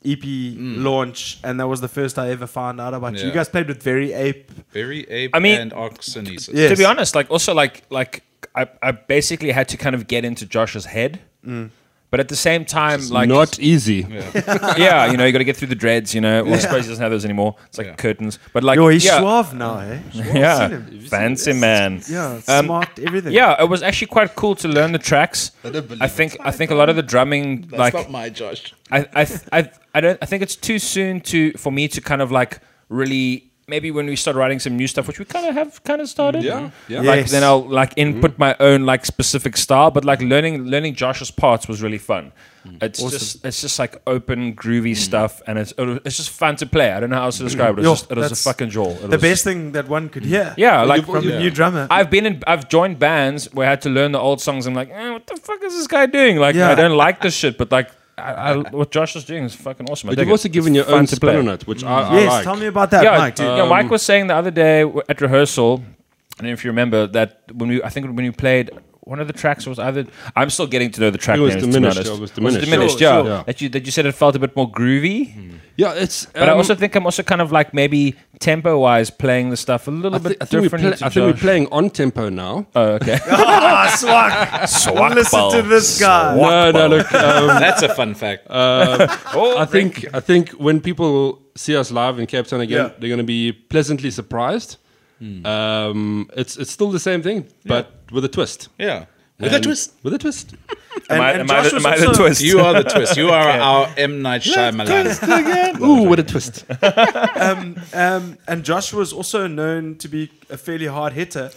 C: EP
D: Mm.
C: launch, and that was the first I ever found out about you. You
A: Yeah.
C: guys played with Very Ape.
A: Very ape
D: I mean-
A: and oxynesis.
C: Yeah.
D: to be
C: Yes.
D: honest, like also like like I, I basically had to kind of get into Josh's head.
C: Mm.
D: But at the same time, like
E: Not easy.
D: yeah, you know, you got to get through the dreads, you know. Well, I suppose he doesn't have those anymore. It's like
A: Yeah.
D: curtains, but like
C: Yo, he's
D: yeah,
C: suave now, eh? I've
D: yeah,
C: seen him.
D: fancy man.
C: Yeah,
D: Um,
C: smart everything.
D: Yeah, it was actually quite cool to learn the tracks. I,
A: don't believe
D: think I think a lot of the drumming,
A: That's
D: like
A: not my Josh.
D: I, I, I, I don't. I think it's too soon to for me to kind of like really maybe when we start writing some new stuff, which we kind of have kind of started.
E: Yeah, yeah.
D: Like
C: Yes.
D: then I'll like
E: Mm.
D: input my own like specific style, but like learning learning Josh's parts was really fun.
E: Mm.
D: It's just it's just like open groovy stuff, and it's it's just fun to play. I don't know how else to
E: Mm.
D: describe it. It
C: Yo,
D: was, just, it was a
C: that's
D: fucking jaw. It
C: The
D: was-
C: best thing that one could hear.
D: Yeah, like
C: from a new drummer.
D: I've been in, I've joined bands where I had to learn the old songs. I'm like, eh, what the fuck is this guy doing? Like,
C: Yeah.
D: I don't like this shit, but like, I, I, what Josh is doing is fucking awesome. I
E: But
D: dig
E: you've
D: it.
E: also given
D: It's
E: your
D: fun
E: own
D: to play.
E: spin on it, which I, I
C: yes,
E: like.
C: tell me about that,
D: yeah,
C: Mike. Uh,
D: d- yeah,
E: Um,
D: Mike was saying the other day w- at rehearsal, and if you remember that when we, I think when we played. One of the tracks was either I'm still getting to know the track
E: It was
D: names, to be
E: diminished,
D: honest.
E: it was diminished.
C: Sure,
D: yeah.
E: sure. Yeah.
D: That you that you said it felt a bit more groovy.
E: Yeah, it's.
D: But I
E: um,
D: also think I'm also kind of like maybe tempo wise playing the stuff a little
E: I, thi-
D: bit
E: I think, we
D: differently.
E: play,
D: to
E: I think we're
D: Josh.
E: playing on tempo now.
D: Oh, okay.
C: Ah, Swag. Listen to this guy.
E: no, no, look. Um,
A: That's a fun fact.
D: Oh,
E: I think I think when people see us live in Cape Town again,
C: Yeah.
E: they're going to be pleasantly surprised.
D: Hmm.
E: Um, it's it's still the same thing, but with a twist.
A: yeah. With a
E: And-
A: twist.
E: With a twist.
C: And,
D: I- am I
C: Josh
D: the-
C: was
D: am I the
C: also-
D: twist?
A: You are the twist. You are our M. Night Shyamalan.
E: Ooh, with a twist.
C: Um, and Josh was also known to be a fairly hard hitter.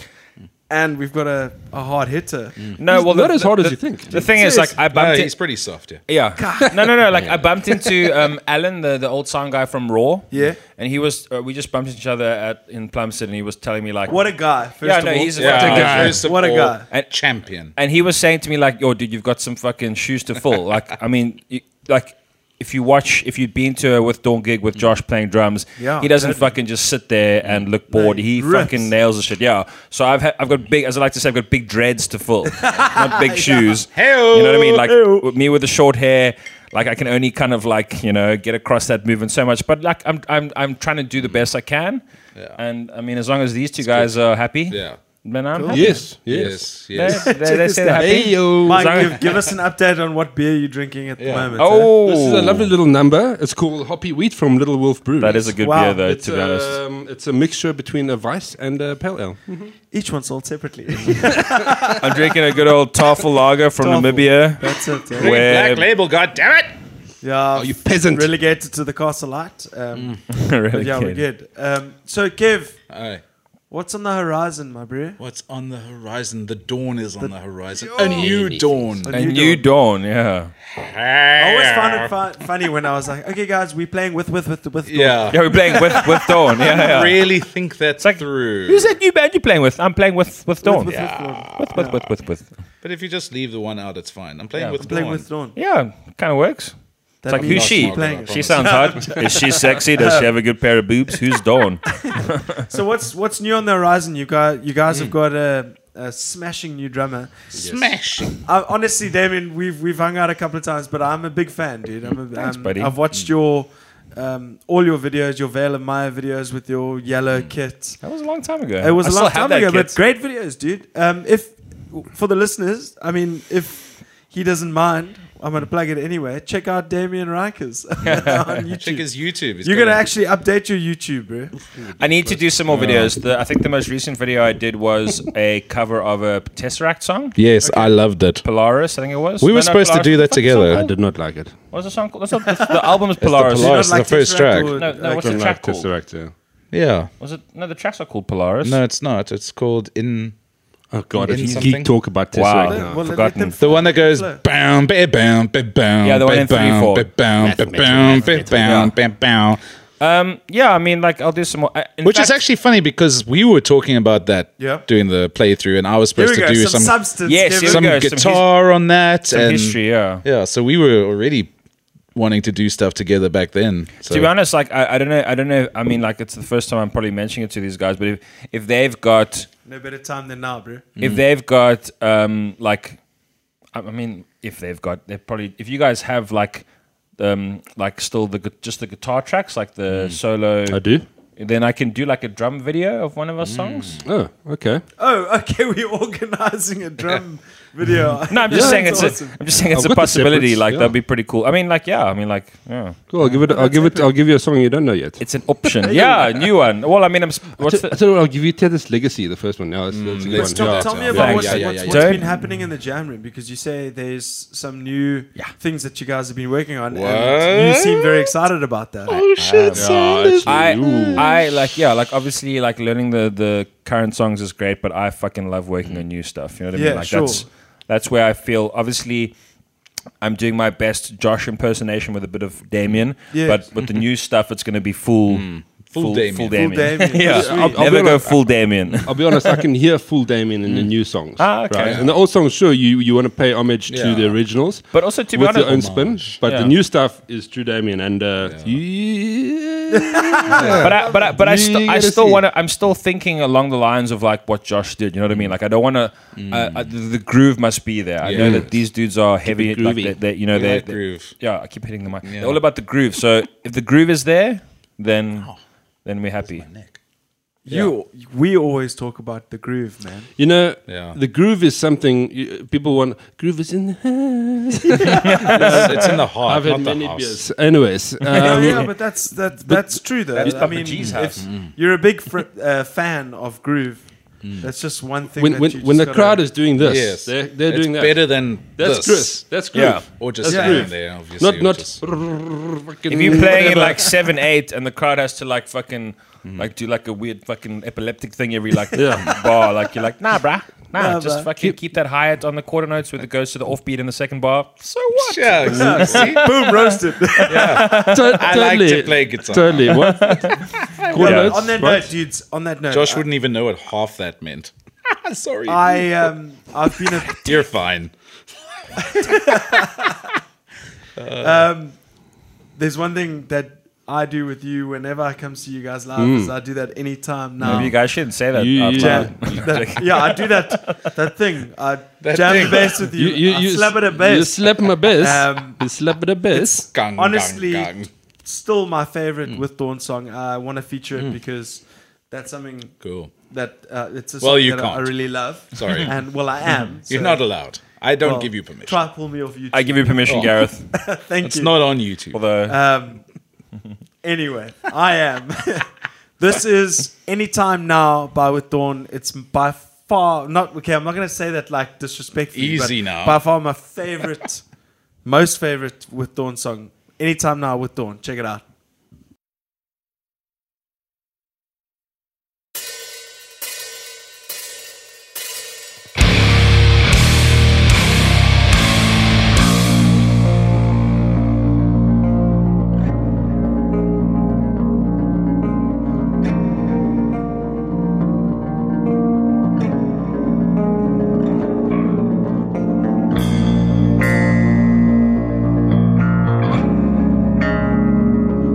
C: And we've got a, a hard hitter.
D: No, well,
E: not
D: the-
E: as hard
D: the-
E: as you think.
D: The thing is, like, I
A: No,
D: bumped
A: he's
D: into.
A: pretty soft, yeah.
D: Yeah. No, no, no. Like, I bumped into um, Alan, the, the old sound guy from Raw.
C: Yeah.
D: And he was, uh, we just bumped into each other at in Plumstead, and he was telling me, like,
C: What a guy, first
D: Yeah,
C: of
D: no,
C: all.
D: he's a fucking
C: What a
D: guy.
C: guy.
A: First of
C: What a
A: all,
C: guy.
D: And-
A: champion.
D: And he was saying to me, like, yo, dude, you've got some fucking shoes to fill. like, I mean, you, like, if you watch, if you'd been to a with Dawn gig with Josh playing drums,
C: Yeah,
D: he doesn't
C: totally.
D: fucking just sit there and look bored.
C: he
D: he
C: rips.
D: fucking nails the shit. Yeah. So I've ha- I've got big, as I like to say, I've got big dreads to fill, not big shoes.
A: Heyo.
D: You know what I mean? Like with me with the short hair. Like I can only kind of like you know get across that movement so much, but like I'm I'm I'm trying to do the best I can, and I mean as long as these two guys are happy,
A: Yeah.
D: then I'm happy.
E: yes, yes.
A: Yes,
D: They,
A: yes.
D: they, they
C: this
D: say they're
C: out.
D: happy.
C: Mike,
D: Sorry.
C: give, give us an update on what beer you're drinking at the moment. eh?
D: Oh,
E: This is a lovely little number. It's called Hoppy Wheat from Little Wolf Brew.
D: That is a good
C: Wow.
D: beer, though.
E: It's,
D: to be honest,
E: um, it's a mixture between a Weiss and a Pale Ale.
C: Each one sold separately.
D: I'm drinking a good old Tafel Lager from
C: Tafel.
D: Namibia.
C: That's it. Yeah.
D: Where-
A: Black label, God damn it!
C: Yeah,
E: Oh, you peasant.
C: Relegated to the castle light.
D: Mm,
C: Um, but
D: Really
C: yeah, we're
D: kidding.
C: good. Um, so, Kev,
A: All right.
C: what's on the horizon, my bro?
A: What's on the horizon? The dawn is on the horizon. A new dawn.
C: A
D: A new dawn, yeah.
C: I always found it fu- funny when I was like, okay, guys, we're playing with, with, with, with.
A: Yeah.
D: Yeah, we're playing with with dawn. Yeah, yeah.
A: Really think that
D: like-
A: through.
D: Who's that new band you're playing with? I'm playing with with dawn.
C: with,
D: yeah.
C: with, with.
D: With, with, with, with, with.
A: But if you just leave the one out, it's fine. I'm playing
D: Yeah,
A: with
C: Playing
A: dawn.
C: with Dawn.
D: Yeah, kind of works.
C: That
D: like,
C: means
D: who's she?
C: we're playing it.
D: She sounds hot. Is she sexy? Does she have a good pair of boobs? Who's dawn?
C: So what's what's new on the horizon? You got you guys
D: Mm.
C: have got a, a smashing new drummer.
A: Smash!
C: I, honestly, Damien, we've we've hung out a couple of times, but I'm a big fan, dude. I'm a,
D: Thanks,
C: um,
D: buddy. Mm.
C: I've watched your um, all your videos, your Vale of Maya videos with your yellow kit.
D: That was a long time ago.
C: It was
D: Mm. I
C: a
D: still
C: long
D: have
C: time
D: that
C: ago,
D: kit.
C: but great videos, dude. Um, if for the listeners, I mean, if he doesn't mind, I'm
D: Mm.
C: going to plug it anyway. Check out Damien Rikers on YouTube.
A: Check his YouTube. He's
C: You're going to
A: got a-
C: actually update your YouTube, bro.
D: I need to do some more videos. The, I think the most recent video I did was a cover of a Tesseract song.
A: Yes, I loved it.
D: Polaris, I think it was.
A: We
D: No,
A: were
D: not
A: supposed to
D: Polaris.
A: do that
D: What's the song
A: together.
D: called?
E: I did not like it.
D: What's the song called? That's not, that's, the album is
A: the
D: Polaris.
A: Polaris.
C: Not
A: the first track.
C: or-
D: No, no, what's the
E: Don't
D: track
E: like
D: called?
E: Tesseract, yeah.
A: Yeah.
D: Was it? No, the tracks are called Polaris.
A: No, it's not. It's called In.
E: Oh, God.
A: In
E: If you
A: something?
E: geek talk about Tesseract
D: Wow.
E: now.
C: Well, let- let
D: forgotten.
C: them-
A: The one that goes bam, bam, bam, bam, bam.
D: Yeah, the one
A: bam,
D: in three,
A: bam,
D: four.
A: Bam, bam, bam, bam, bam, bam, bam, bam.
D: Um. Yeah, I mean, like, I'll do some more. I, in
A: Which
D: fact,
A: is actually funny because we were talking about that
C: Yeah.
A: during the playthrough, and I was
C: Here we
A: supposed to
C: go.
A: do
C: Some,
A: some some,
C: substance.
D: Yes,
C: Kevin.
D: here we go. some
A: guitar on that
D: some
A: and
D: history. Yeah.
A: yeah. So we were already wanting to do stuff together back then. So
D: To be honest, like, I, I don't know. I don't know. I mean, like, it's the first time I'm probably mentioning it to these guys. But if if they've got
C: No better time than now, bro.
A: Mm.
D: if they've got um like i I mean if they've got they probably if you guys have like um like still the gu- just the guitar tracks like the
A: Mm.
D: solo
E: I do.
D: then i can do like a drum video of one of our
A: Mm.
D: songs
E: Oh, okay.
C: Oh, okay. We're organizing a drum video.
D: no i'm just
E: Yeah,
D: saying
E: that's
D: it's a, i'm just saying it's
E: I've
D: a
E: got the
D: possibility
E: separates,
D: like
E: yeah.
D: that'd be pretty cool i mean like yeah i mean like yeah
E: Cool. I'll give it. I'll give it. I'll give you a song you don't know yet.
D: it's an option yeah a new one well i mean i'm s- what's
E: I
D: the
E: thought I'll give you Tetris Legacy, the first one. No, that's, that's a good
A: let's
E: one.
C: Tell,
E: Yeah.
C: tell me
A: yeah,
C: about
D: yeah,
C: what's,
A: yeah, yeah,
C: what's-
A: yeah.
C: what's
D: Don't-
C: been happening in the jam room because you say there's some new
D: Yeah.
C: things that you guys have been working on, and you seem very excited about that.
E: Yeah, actually,
D: I,
E: ooh.
D: I like yeah, like obviously like learning the the current songs is great, but I fucking love working on new stuff. You know what I
C: Yeah,
D: mean? Like
C: sure.
D: that's that's where I feel obviously I'm doing my best Josh impersonation with a bit of Damien,
C: Yes.
D: but with the new stuff it's going to be full
E: Mm.
A: Full Damien.
D: Full
A: Full
D: Damien.
C: Damien.
D: yeah.
C: Sweet.
D: I'll,
E: I'll
D: never
E: be
D: go
E: honest,
D: full Damien.
E: I'll be honest, I can hear full Damien in the new songs.
D: Ah, okay.
E: Right? And the old songs, sure, you, you want to pay homage to
A: Yeah.
E: the originals.
D: But also, to be
E: with your own
D: honest-
E: spin. But
D: Yeah.
E: the new stuff is true Damien. And uh, yeah.
D: but I, but I, but I,
E: You
D: st- I
E: gotta
D: still
E: see.
D: want to. I'm still thinking along the lines of like what Josh did. You know what I mean? Like I don't want to. Uh, uh, the, the groove must be there. I know
A: Yeah.
D: that these dudes are heavy.
E: it
D: Like
E: groovy.
D: they they- you know
A: We
D: they
A: like
D: they-
A: groove.
D: Yeah, I keep hitting the mic. They're all about the groove. So if the groove is there, then then we're happy.
C: You, we always talk about the groove, man.
E: you know,
A: Yeah.
E: the groove is something you, people want. Groove is in the house.
A: It's, it's in the heart,
E: I've had
A: not the
E: many
A: house.
E: beers. Anyways,
C: Yeah,
E: um,
C: yeah, but that's that, that's true though. I mean,
D: G's
C: if you're a big fr- uh, fan of groove, that's just one thing.
E: when,
C: that
E: when,
C: you
E: when the
C: just gotta-
E: crowd is doing this,
A: Yes,
E: they're, they're
A: It's
E: doing that.
A: Better than
E: That's
A: this.
E: groove. That's groove.
D: Yeah.
A: or just
C: Yeah.
A: standing there. Obviously,
E: Not
A: or
E: not.
A: just-
D: If
E: If
D: you're playing in like seven eight and the crowd has to like fucking like do like a weird fucking epileptic thing every like bar, like you're like nah, bruh. Nah,
C: Nah,
D: just
C: bruh.
D: fucking keep that high on the quarter notes with it goes to the offbeat in the second bar. So what?
A: yeah, exactly. See?
C: boom roasted.
A: I like to play guitar.
E: Totally. What? Quarter notes,
C: on that
E: right?
C: note, dudes. On that note,
A: Josh wouldn't even know what half that meant. Sorry,
C: I um, I've been a
A: you're fine.
C: um, there's one thing that I do with you whenever I come see you guys live
A: Mm.
C: is I do that anytime now.
D: Maybe you guys shouldn't say
A: uh,
D: that.
E: You-
D: out
E: you-
D: loud.
C: Jam- that- yeah, I do that that thing. I
A: That
C: jam
A: thing.
C: bass with you.
E: You, you,
C: I
E: you,
C: slap it a
E: You
C: bass.
E: slap my bass.
C: Um,
E: you slap it a bass.
A: Gang, gang,
C: Honestly,
A: gang.
C: still my favorite
A: Mm.
C: with Dawn song. I want to feature it because that's something
A: cool.
C: that uh, it's a song
A: Well, you
C: that I
A: can't.
C: really love.
A: Sorry.
C: and well, I am.
A: You're
C: so-
A: not allowed. I don't
C: well,
A: give you permission.
C: Try pull me off YouTube.
D: I give you permission,
A: Oh. Uh,
D: Gareth.
C: Thank
A: it's
C: you.
A: not on YouTube.
D: Although
C: Um, anyway, I am. this is Anytime Now by With Dawn. It's by far not okay. I'm not going to say that like disrespectfully.
A: Easy
C: but
A: now.
C: By far my favorite, most favorite With Dawn song. Anytime Now with Dawn. Check it out.
G: Anytime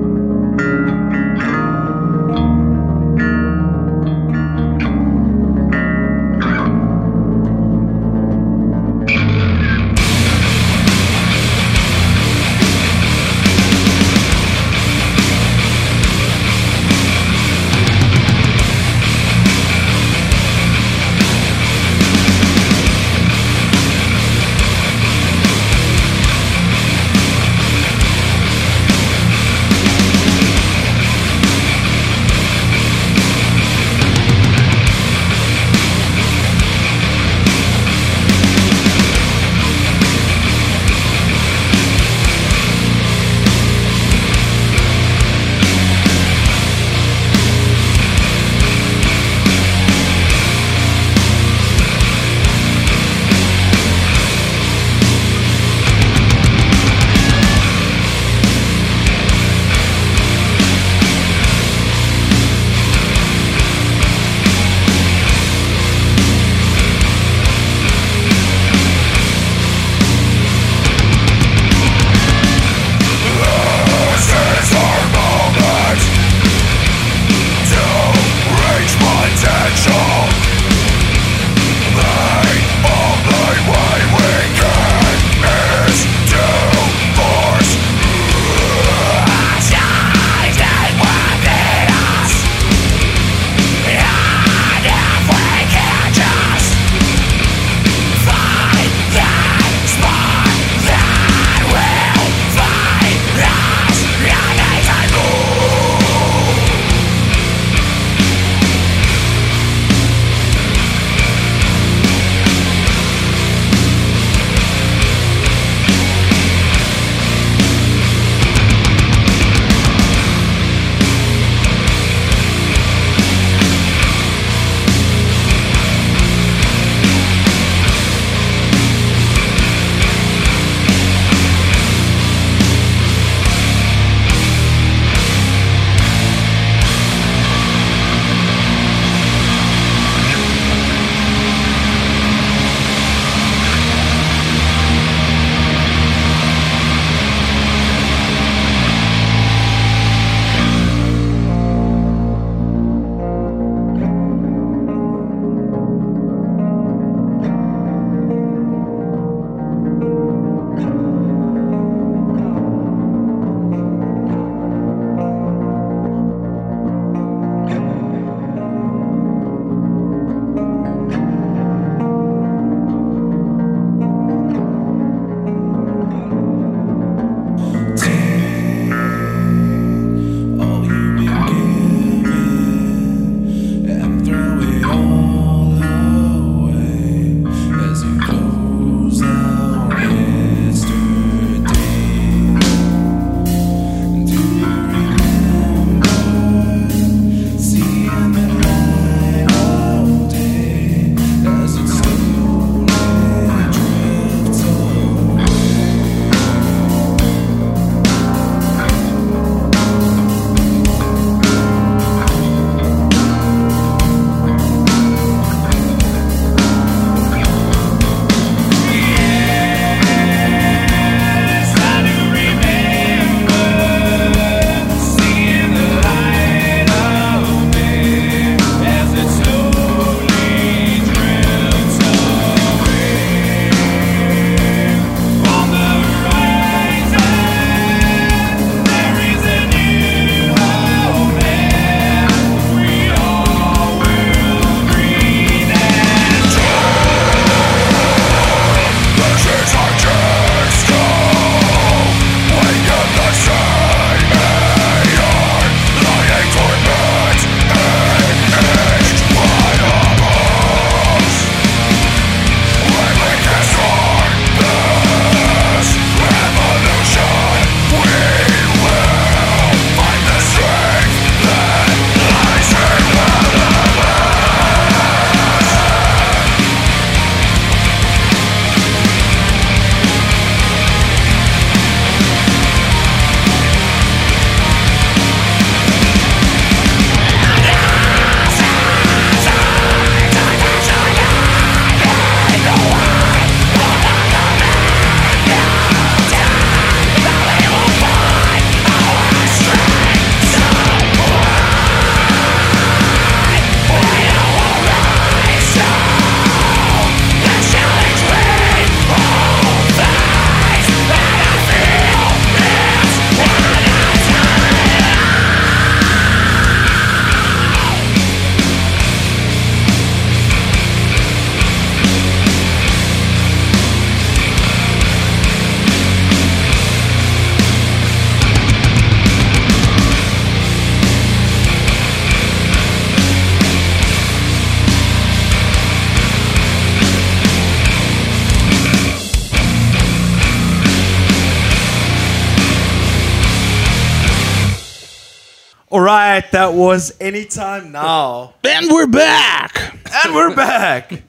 C: All right, that was anytime now,
A: And we're back.
C: and we're back.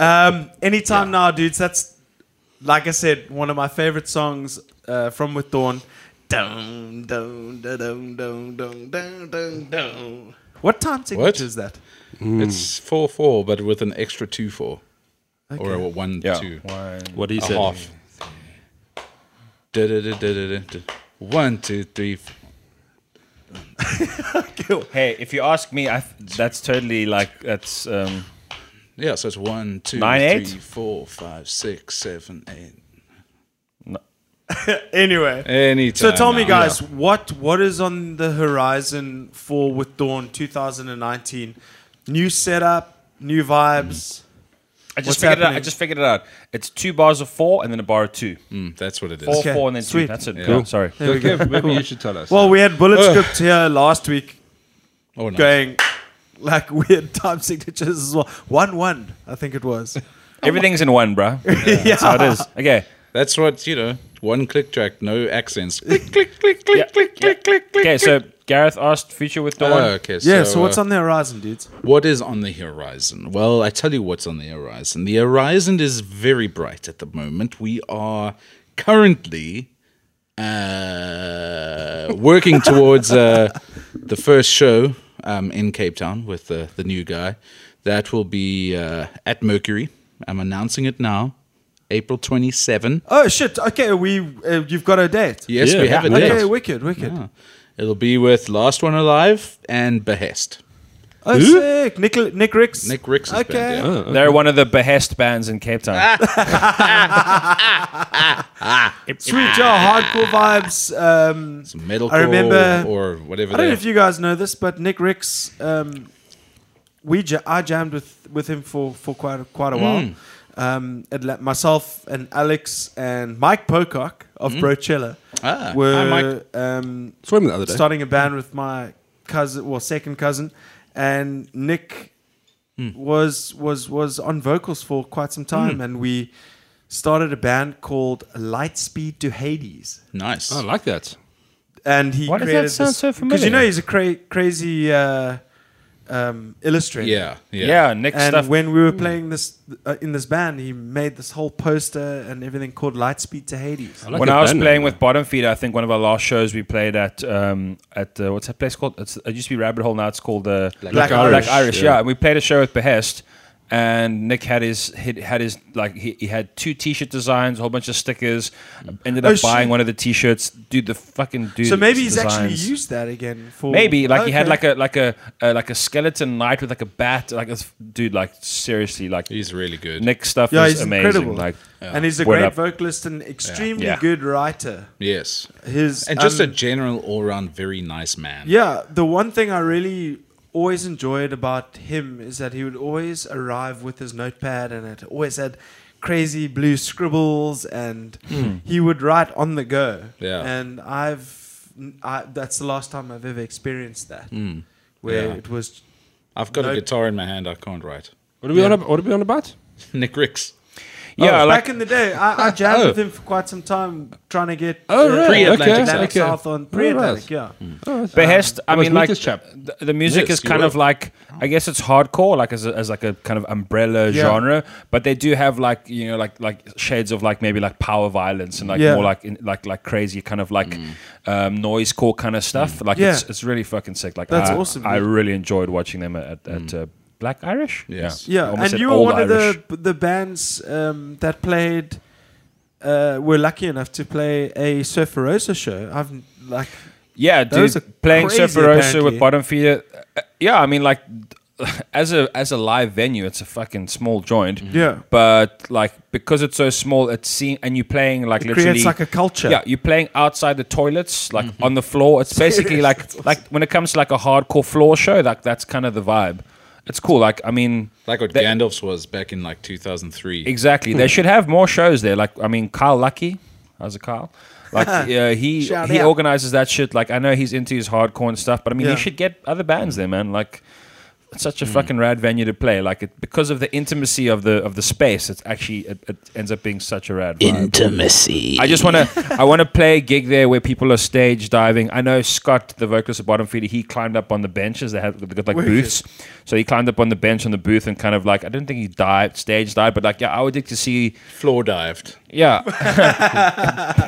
C: Um, anytime now, dudes. That's like I said, one of my favorite songs uh, from With Dawn. Dun, dun, dun, dun, dun, dun, dun, dun, dun. What time signature
A: What?
C: is that?
A: It's four four, but with an extra two four, or a one
D: Yeah.
A: two,
E: What he
A: a
E: said.
A: half. Da-da-da-da-da-da. One, two, three. f-
D: Hey, if you ask me, I f- that's totally like that's um,
A: Yeah, so it's one, two,
D: Nine, eight?
A: three, four, five, six, seven, eight.
C: Anyway,
A: Anytime
C: So tell me,
A: now.
C: guys, what what is on the horizon for with Dawn 2019? New setup, new vibes.
D: I just
C: What's
D: figured it out. I
C: happening?
D: just figured it out. It's two bars of four and then a bar of two.
A: Mm, that's what it is.
D: Four,
C: Okay,
D: four, and then
C: sweet.
D: two. That's it.
A: Cool.
D: Yeah, sorry.
E: Okay, maybe you should tell us.
C: Well, we had bullet script here last week,
A: Oh, nice.
C: going like weird time signatures as well. One one, I think it was.
D: Everything's in one, bruh. Yeah. That's how it is. Okay.
A: That's what you know. One click track, no accents. click, click, click, click,
D: Yeah.
A: click, click, click, click.
D: Okay, so Gareth asked Future with Dawn.
A: Oh, okay. So,
C: Yeah. So, what's
A: uh,
C: on the horizon, dudes?
A: What is on the horizon? Well, I tell you what's on the horizon. The horizon is very bright at the moment. We are currently uh, working towards uh, the first show um, in Cape Town with the, the new guy. That will be uh, at Mercury. I'm announcing it now, April 27.
C: Oh shit! Okay, we uh, you've got a date.
A: Yes,
E: Yeah.
A: we have a
C: Okay,
A: date.
C: wicked, wicked.
A: Yeah. It'll be with Last One Alive and Behest.
C: Oh, sick. Nick, Nick Ricks.
A: Nick Ricks is
C: Okay.
E: Oh,
A: band, yeah.
D: They're one of the behest bands in Cape Town.
A: Ah.
C: Sweet Joe, hardcore vibes. Um,
A: It's metalcore
C: I remember-
A: or whatever.
C: I don't
A: they-
C: know if you guys know this, but Nick Ricks, um, we ja- I jammed with, with him for, for quite a, quite a
A: Hmm.
C: while. Um, and la- myself and Alex and Mike Pocock of Brochella
A: Hmm. Ah,
C: were
A: hi, Mike.
C: Um,
E: swim the other day.
C: starting a band with my cousin, well, second cousin, and Nick
D: Hmm.
C: was was was on vocals for quite some time, and we started a band called Lightspeed to Hades
A: Nice.
E: I like that.
C: and he
D: Why does that
C: created
D: sound so
C: Because you
D: familiar?
C: know he's a cra- crazy uh, um, illustrator.
A: Yeah, yeah.
D: yeah. Nick
C: And
D: stuff.
C: when we were playing this uh, in this band, he made this whole poster and everything called Lightspeed to Hades.
E: like
D: when
E: the
D: I was
E: band
D: playing
E: name.
D: with Bottom Feeder, I think one of our last shows we played at um, at uh, what's that place called? It's, it used to be Rabbit Hole. Now it's called uh, Black,
E: Irish,
D: Irish,
E: yeah.
D: yeah. And we played a show with Behest, and Nick had his he had his like he, he had two T-shirt designs, a whole bunch of stickers. Ended up
C: Oh, shit.
D: buying one of the T-shirts. Dude, the fucking dude.
C: So maybe he's actually
D: designs.
C: used that again for
D: Maybe like he had
C: Okay.
D: like a like a uh, like a skeleton knight with like a bat like a dude like seriously like
A: He's really good.
D: Nick stuff
C: yeah,
D: is
C: he's
D: amazing
C: incredible.
D: like
C: and he's a
D: Word
C: great
D: up.
C: vocalist and extremely
D: Yeah.
C: good writer.
A: Yes.
C: His
A: And just
C: um,
A: a general all round very nice man.
C: Yeah, the one thing I really always enjoyed about him is that he would always arrive with his notepad and it always had crazy blue scribbles and he would write on the go.
A: Hmm. Yeah.
C: And I've I, that's the last time I've ever experienced that. Where
A: Hmm. Yeah.
C: it was
A: I've got a
C: No-
A: guitar in my hand I can't write.
E: What are we on? ab- What are we on about?
A: Nick Ricks.
D: yeah
C: Oh, back
D: like
C: in the day. I, I jammed
E: Oh.
C: with him for quite some time trying to get
E: Oh, really?
A: Pre-Atlantic
E: Okay.
C: Atlantic
E: okay.
C: South on
E: Oh, right.
C: pre-Atlantic, yeah.
D: Hmm.
E: Oh, that's-
D: Behest, I
C: um,
E: That was
D: mean, like
E: Mika's chap.
D: The, the music
A: Yes,
D: is
A: you
D: kind
A: were.
D: of like I guess it's hardcore, like as, a, as like a kind of umbrella
C: Yeah.
D: genre. But they do have like you know like like shades of like maybe like power violence and like
C: Yeah. Mm.
D: more like in, like like crazy kind of like um, noise core kind of stuff. Like
C: Yeah.
D: it's it's really fucking sick. Like
C: That's
D: I,
C: awesome,
D: I
C: dude. Mm.
D: really enjoyed watching them at, at uh, Black Irish.
A: Yes.
D: I
C: Yeah,
D: almost
C: and
D: said
C: you were
D: Old
C: one
D: Irish.
C: of the the bands um, that played. Uh, were lucky enough to play a Surferosa show. I've like,
D: Yeah,
C: Those are
D: dude, playing
C: crazy,
D: Surferosa
C: apparently.
D: with bottom feeder. uh, Yeah, I mean, like as a as a live venue, it's a fucking small joint.
C: Yeah.
D: but like because it's so small, it seem and you're playing like
C: It creates
D: literally
C: like a culture.
D: Yeah, you're playing outside the toilets, like
C: Mm-hmm.
D: on the floor. It's basically like like when it comes to like a hardcore floor show, like that's kind of the vibe. It's cool. Like I mean,
A: Like what
D: That-
A: Gandalf's was back in like 2003.
D: Exactly.
C: Hmm.
D: They should have more shows there. Like, I mean, Kyle Lucky, how's it, Kyle? Like, yeah, he
C: Shout
D: he
C: out.
D: organizes that shit. Like, I know he's into his hardcore and stuff, but I mean,
C: Yeah.
D: you should get other bands there, man. Like, it's such a fucking rad venue to play. Like it because of the intimacy of the of the space. It's actually it, it ends up being such a rad. Vibe.
G: Intimacy.
D: I just want to. I want to play a gig there where people are stage diving. I know Scott, the vocalist of Bottom Feeder, he climbed up on the benches. They had they got like booths, so he climbed up on the bench on the booth and kind of like I don't think he dived, stage dived, but like yeah, I would like to see
A: Floor dived.
D: yeah,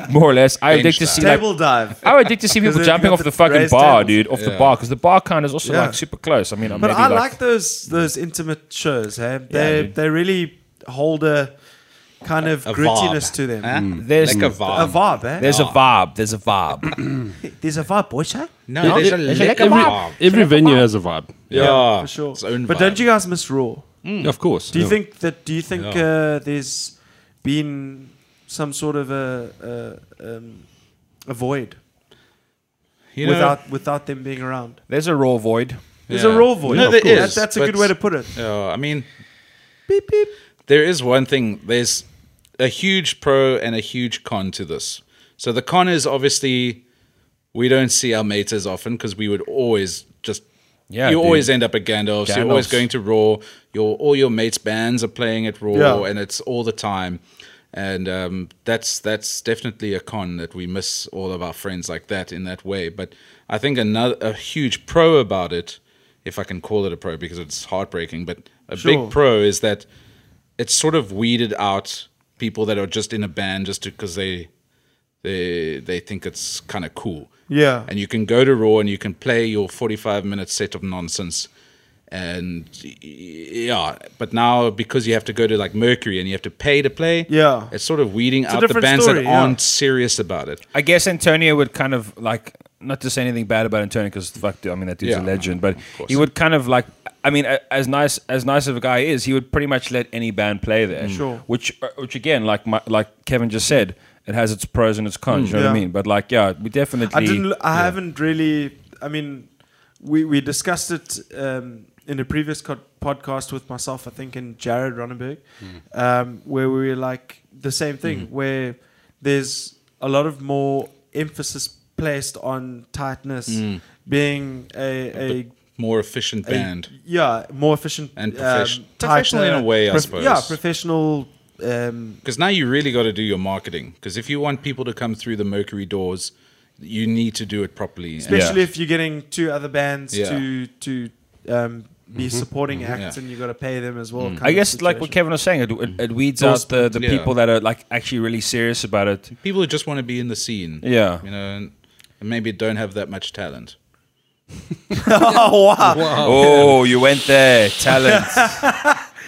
D: more or less. I would like
A: Bench
D: to see like,
C: Table dive.
D: I would like to see
C: 'Cause
D: people
C: they've
D: jumping
C: got
D: off
C: the
D: the fucking
C: raised
D: bar,
C: tables.
D: dude. Off the
A: Yeah.
D: bar because the bar kind is also
C: Yeah.
D: like super close. I mean,
C: But
D: maybe
C: I like,
D: like,
C: those those intimate shows. Hey, they
D: dude.
C: they really hold a kind of
A: A
C: grittiness
A: vibe.
C: to them.
A: Huh?
D: There's-
A: like a vibe.
C: A vibe, eh? Oh,
D: there's a vibe. There's a vibe.
C: There's a vibe, boys, eh?
A: No, there's a, lick of vibe. Mm.
E: Every, every venue has a vibe.
A: Yeah,
C: for sure.
A: Its own
C: but
A: vibe.
C: don't you guys miss Raw?
E: Of course.
C: Do you
E: yeah.
C: think that? Do you think
A: Yeah.
C: uh, there's been some sort of a, a, um, a void
A: You know-
C: without without them being around?
D: There's a raw void.
C: There's
A: Yeah.
C: a raw void.
A: No,
C: Of
A: there
C: course.
A: is,
C: That, that's a good
A: but-
C: way to put it.
A: Yeah, I mean,
C: Beep beep.
A: there is one thing. There's a huge pro and a huge con to this. So the con is obviously we don't see our mates as often because we would always just
D: Yeah,
A: you
D: dude.
A: always end up at Gandalf's. You're always
D: Gandalf's.
A: going to Raw. Your all your mates' bands are playing at Raw,
C: Yeah.
A: and it's all the time. And um, that's that's definitely a con that we miss all of our friends like that in that way. But I think another a huge pro about it, if I can call it a pro, because it's heartbreaking. But a
C: Sure.
A: big pro is that it's sort of weeded out people that are just in a band just because they they they think it's kind of cool.
C: Yeah.
A: And you can go to Raw and you can play your 45 minute set of nonsense. And y- yeah, but now because you have to go to like Mercury and you have to pay to play,
C: Yeah.
A: it's sort of weeding
C: a
A: out the
C: different
A: bands
C: story,
A: that
C: yeah.
A: aren't serious about it.
D: I guess Antonio would kind of like not to say anything bad about Antonio because fuck, dude, I mean that dude's a
A: Yeah,
D: legend. But
A: of course.
D: he would kind of like, I mean, a- as nice as nice of a guy he is, he would pretty much let any band play there.
C: Sure.
D: Which, uh, which again, like my, like Kevin just said, it has its pros and its cons. You know what
C: Mm. Yeah.
D: I mean? But like, yeah, we definitely.
C: I didn't. I haven't really. I mean, we we discussed it um, in a previous co- podcast with myself, I think, and Jared Ronenberg,
A: Hmm.
C: um, where we were like the same thing, where there's a lot of more emphasis placed on tightness
A: Hmm.
C: being a. a
A: More efficient
C: a-
A: band.
C: yeah, more efficient
A: And profes-
C: um,
A: professional in a
C: tighter-
A: way, I
C: Yeah,
A: suppose.
C: professional. Um,
A: Because now you really got to do your marketing. Because if you want people to come through the Mercury doors, you need to do it properly. And-
C: especially if you're getting two other bands
A: Yeah. Mm-hmm.
C: to to um, be supporting acts,
A: Yeah. Mm.
C: and you got to pay them as well. kind
D: I
C: of
D: guess like what
C: situation.
D: Kevin was saying, it, it, it weeds
C: Those
D: out the, the
A: yeah.
D: people that are like actually really serious about it.
A: people who just want to be in the scene.
D: Yeah.
A: You know, and and maybe don't have that much talent.
C: oh wow,
D: Oh, you went there, talent.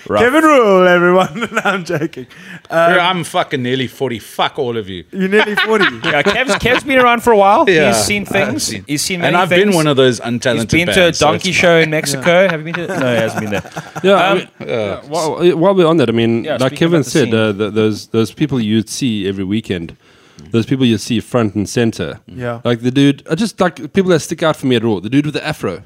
D: Rough.
C: Kevin Rule, everyone. no, I'm joking. Uh,
A: Bro, I'm fucking nearly 40. Fuck all of you.
C: you're nearly forty.
D: Yeah, Uh, Kev's, Kev's been around for a while.
A: Yeah,
D: He's seen
A: I've
D: things.
A: seen-
D: He's seen many
A: And I've been
D: things.
A: one of those
D: He's
A: untalented
D: been to a
A: bands, so
D: donkey
A: it's
D: show in Mexico. Have you been to? No, he hasn't been there.
E: Yeah.
D: Um,
E: I mean, while, uh, while we're on that, I mean,
D: Yeah,
E: like
D: speaking
E: Kevin
D: about the
E: said,
D: scene. Mm-hmm.
E: uh, th those those people you'd see every weekend, those people you see front and center.
C: Yeah.
E: Like the dude, I just like people that stick out for me at all. The dude with the afro,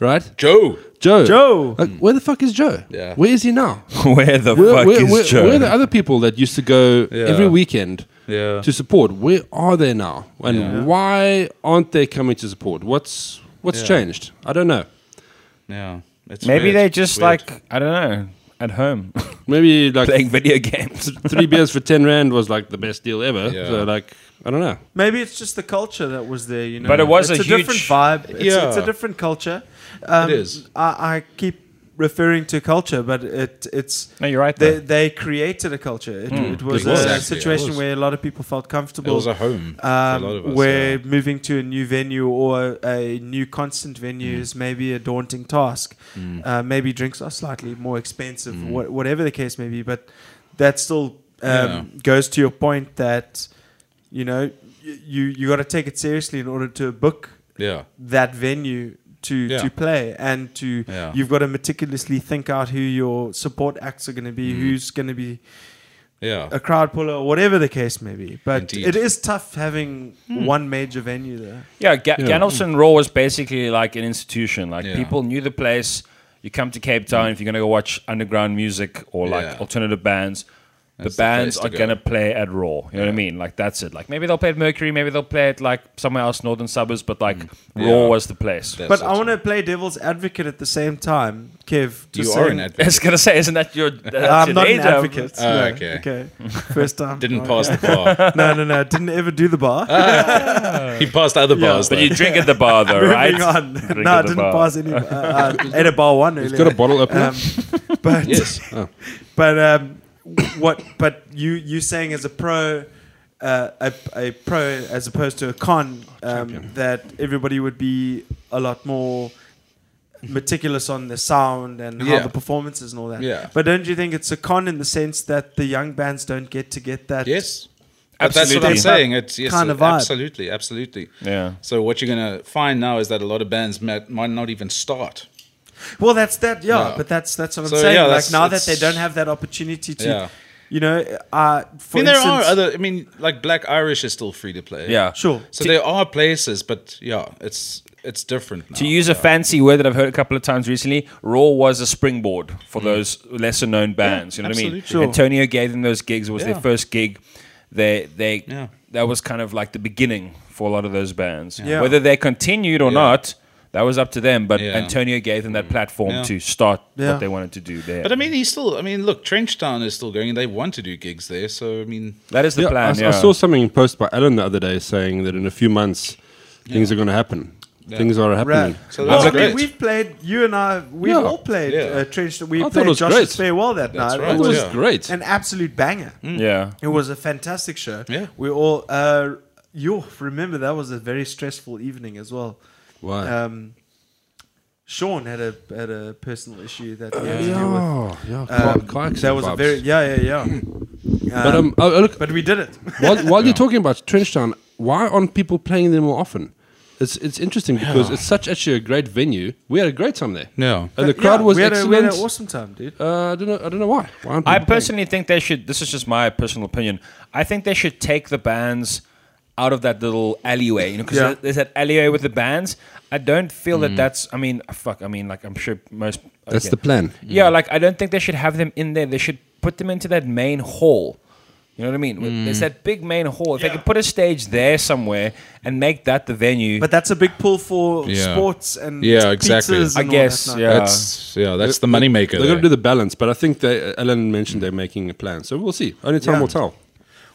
E: right?
A: Joe.
E: Joe.
C: Joe.
E: Like, where the fuck is Joe?
A: Yeah.
E: Where is he now?
D: where the
E: Where,
D: fuck
E: where,
D: is
E: where-
D: Joe?
E: where are the other people that used to go
A: Yeah.
E: every weekend
A: Yeah.
E: to support? Where are they now? And why aren't they coming to support? What's what's
A: Yeah.
E: changed? I don't know.
A: Yeah. It's
D: Maybe
A: weird.
D: they're
A: It's
D: just
A: weird.
D: like I don't know, at home
E: Maybe like
D: playing video games.
E: three beers for 10 rand was like the best deal ever.
A: Yeah.
E: So, like, I don't know.
C: Maybe it's just the culture that was there, you know.
D: But it was
C: it's
D: a
C: a,
D: huge-
C: different vibe. It's,
A: Yeah.
C: it's a different culture. Um,
A: It is.
C: I, I keep referring to culture, but it it's.
D: No, you're right,
C: They,
D: though.
C: they created a culture. It, it was,
A: Mm. It was,
C: a
A: actually, it
C: situation
A: was.
C: where a lot of people felt comfortable.
A: It was a home for a
C: Um,
A: lot of us,
C: where
A: yeah.
C: moving to a new venue or a new constant
A: Mm.
C: venue is maybe a daunting task. Uh, maybe drinks are slightly more expensive,
A: Mm.
C: wha- whatever the case may be. But that still um,
A: Yeah.
C: goes to your point that you know y- you you got to take it seriously in order to book
A: Yeah.
C: that venue to
A: Yeah.
C: to play and to
A: Yeah.
C: you've got to meticulously think out who your support acts are going to be,
A: Mm.
C: who's going to be
A: Yeah.
C: a crowd puller or whatever the case may be. But
A: Indeed.
C: it is tough having
D: Hmm.
C: one major venue there.
D: Yeah, Ga- Gandalfson Raw was basically like an institution. Like
A: hmm. Yeah.
D: people knew the place. You come to Cape Town if you're gonna go watch underground music or like
A: Yeah.
D: alternative bands.
A: the
D: the
A: place
D: bands
A: to
D: are
A: go.
D: going to play at Raw. You know what I mean? Like, that's it. Like, maybe they'll play at Mercury, maybe they'll play at, like, somewhere else, Northern Suburbs, but, like, Raw
A: Mm. Yeah.
D: was the place.
A: That's
C: But
A: it.
C: I want to play devil's advocate at the same time, Kev.
A: You
C: just
A: are
C: saying-
A: an
D: I
A: advocate.
D: was going to say, isn't that your. that's
C: I'm
D: your
C: not an
D: day job?
C: advocate.
A: Oh,
C: no.
A: okay.
C: Okay. First time.
D: Oh,
C: Oh,
A: Didn't
C: Okay.
A: pass the bar. Oh,
C: No, no, no. Didn't ever do the bar.
A: he passed the other bars.
D: But
A: though.
D: you drink at the bar, though,
C: Moving
D: right?
C: on.
D: Drink
C: no,
D: at
C: I
D: the
C: didn't
D: bar.
C: pass any. Uh, uh, at a bar one.
E: He's got a
C: Uh,
E: bottle opener.
C: Um, but
A: yes. Oh.
C: but um, what? But you you saying as a pro, uh, a, a pro as opposed to a con,
A: Oh,
C: um, that everybody would be a lot more meticulous on the sound and
A: Yeah.
C: how the performances and all that.
A: Yeah.
C: But don't you think it's a con in the sense that the young bands don't get to get that?
A: Yes. But that's what I'm
C: Absolutely.
A: saying. It's yes,
C: Kind of vibe.
A: absolutely, absolutely.
D: Yeah.
A: So what you're gonna find now is that a lot of bands might, might not even start.
C: Well, that's that. Yeah,
A: Yeah.
C: but that's that's what I'm
A: So,
C: saying.
A: yeah,
C: like
A: that's-
C: now that they
A: it's-
C: don't have that opportunity to,
A: Yeah.
C: you know, uh,
A: I
C: for
A: mean, there
C: instance,
A: are other. I mean, like Black Irish is still free to play.
D: Yeah.
C: sure.
A: So there are places, but yeah, it's it's different. Now.
D: To use a fancy word that I've heard a couple of times recently, Raw was a springboard for those lesser known bands. you know what I mean?
A: Hmm. absolutely. Sure.
D: Antonio gave them those gigs. It was
A: Yeah.
D: their first gig. They they
A: Yeah.
D: that was kind of like the beginning for a lot of those bands.
C: Yeah.
D: Whether they continued or
A: Yeah.
D: not, that was up to them. But
A: Yeah. Hmm.
D: Antonio gave them that platform
A: Yeah.
D: to start
C: Yeah.
D: what they wanted to do there.
A: But I mean, he's still. I mean, look, Trenchtown is still going, and they want to do gigs there. So I mean,
D: that is the
E: Yeah,
D: plan.
E: I,
D: yeah.
E: I saw something posted by Alan the other day saying that in a few months things are going to happen. Things are
C: Right.
E: happening.
A: So
C: well,
A: that's
C: I mean,
A: great.
C: Hmm. we've played. You and I, we've
E: Yeah.
C: all played
A: Yeah.
C: uh, Trench. We
E: I thought it
C: played
E: was
C: Josh's
E: great.
C: farewell that night.
A: right.
E: It was
A: Yeah.
E: great.
C: an absolute banger.
D: yeah.
C: It was a fantastic show.
A: Yeah.
C: we all. Uh, you remember that was a very stressful evening as well.
E: Why?
C: Um, Sean had a had a personal issue that he had to deal with.
E: yeah, yeah.
C: Um,
E: Clark- Clarkson
C: that was a
E: vibes.
C: very yeah yeah yeah.
E: But um, oh, oh, look,
C: But we did it.
E: while, while you're talking about Trenchtown, why aren't people playing there more often? It's it's interesting because it's such actually a great venue. We had a great time there.
A: No.
E: and the crowd
C: Yeah,
E: was
C: we had A, we had
E: excellent.
C: an awesome time, dude.
E: uh, I don't know. I don't know why. Why aren't
D: I
E: people playing?
D: personally think they should. This is just my personal opinion. I think they should take the bands out of that little alleyway. You know, because
C: Yeah.
D: there's that alleyway with the bands. I don't feel that that's. I mean, fuck. I mean, like I'm sure most.
E: That's
D: okay.
E: the plan.
D: Yeah, like I don't think they should have them in there. They should put them into that main hall. You know what I mean? With- There's that big main hall. If they could put a stage there somewhere and make that the venue.
C: But that's a big pull for
A: Yeah.
C: sports and
A: Yeah, exactly.
C: pizzas
D: I
C: and all that
D: guess,
C: stuff.
D: yeah.
A: that's yeah, that's the moneymaker.
E: They're going
A: there.
E: to do the balance, but I think they, Alan mentioned they're making a plan, so we'll see. Only time
C: Yeah.
E: will tell.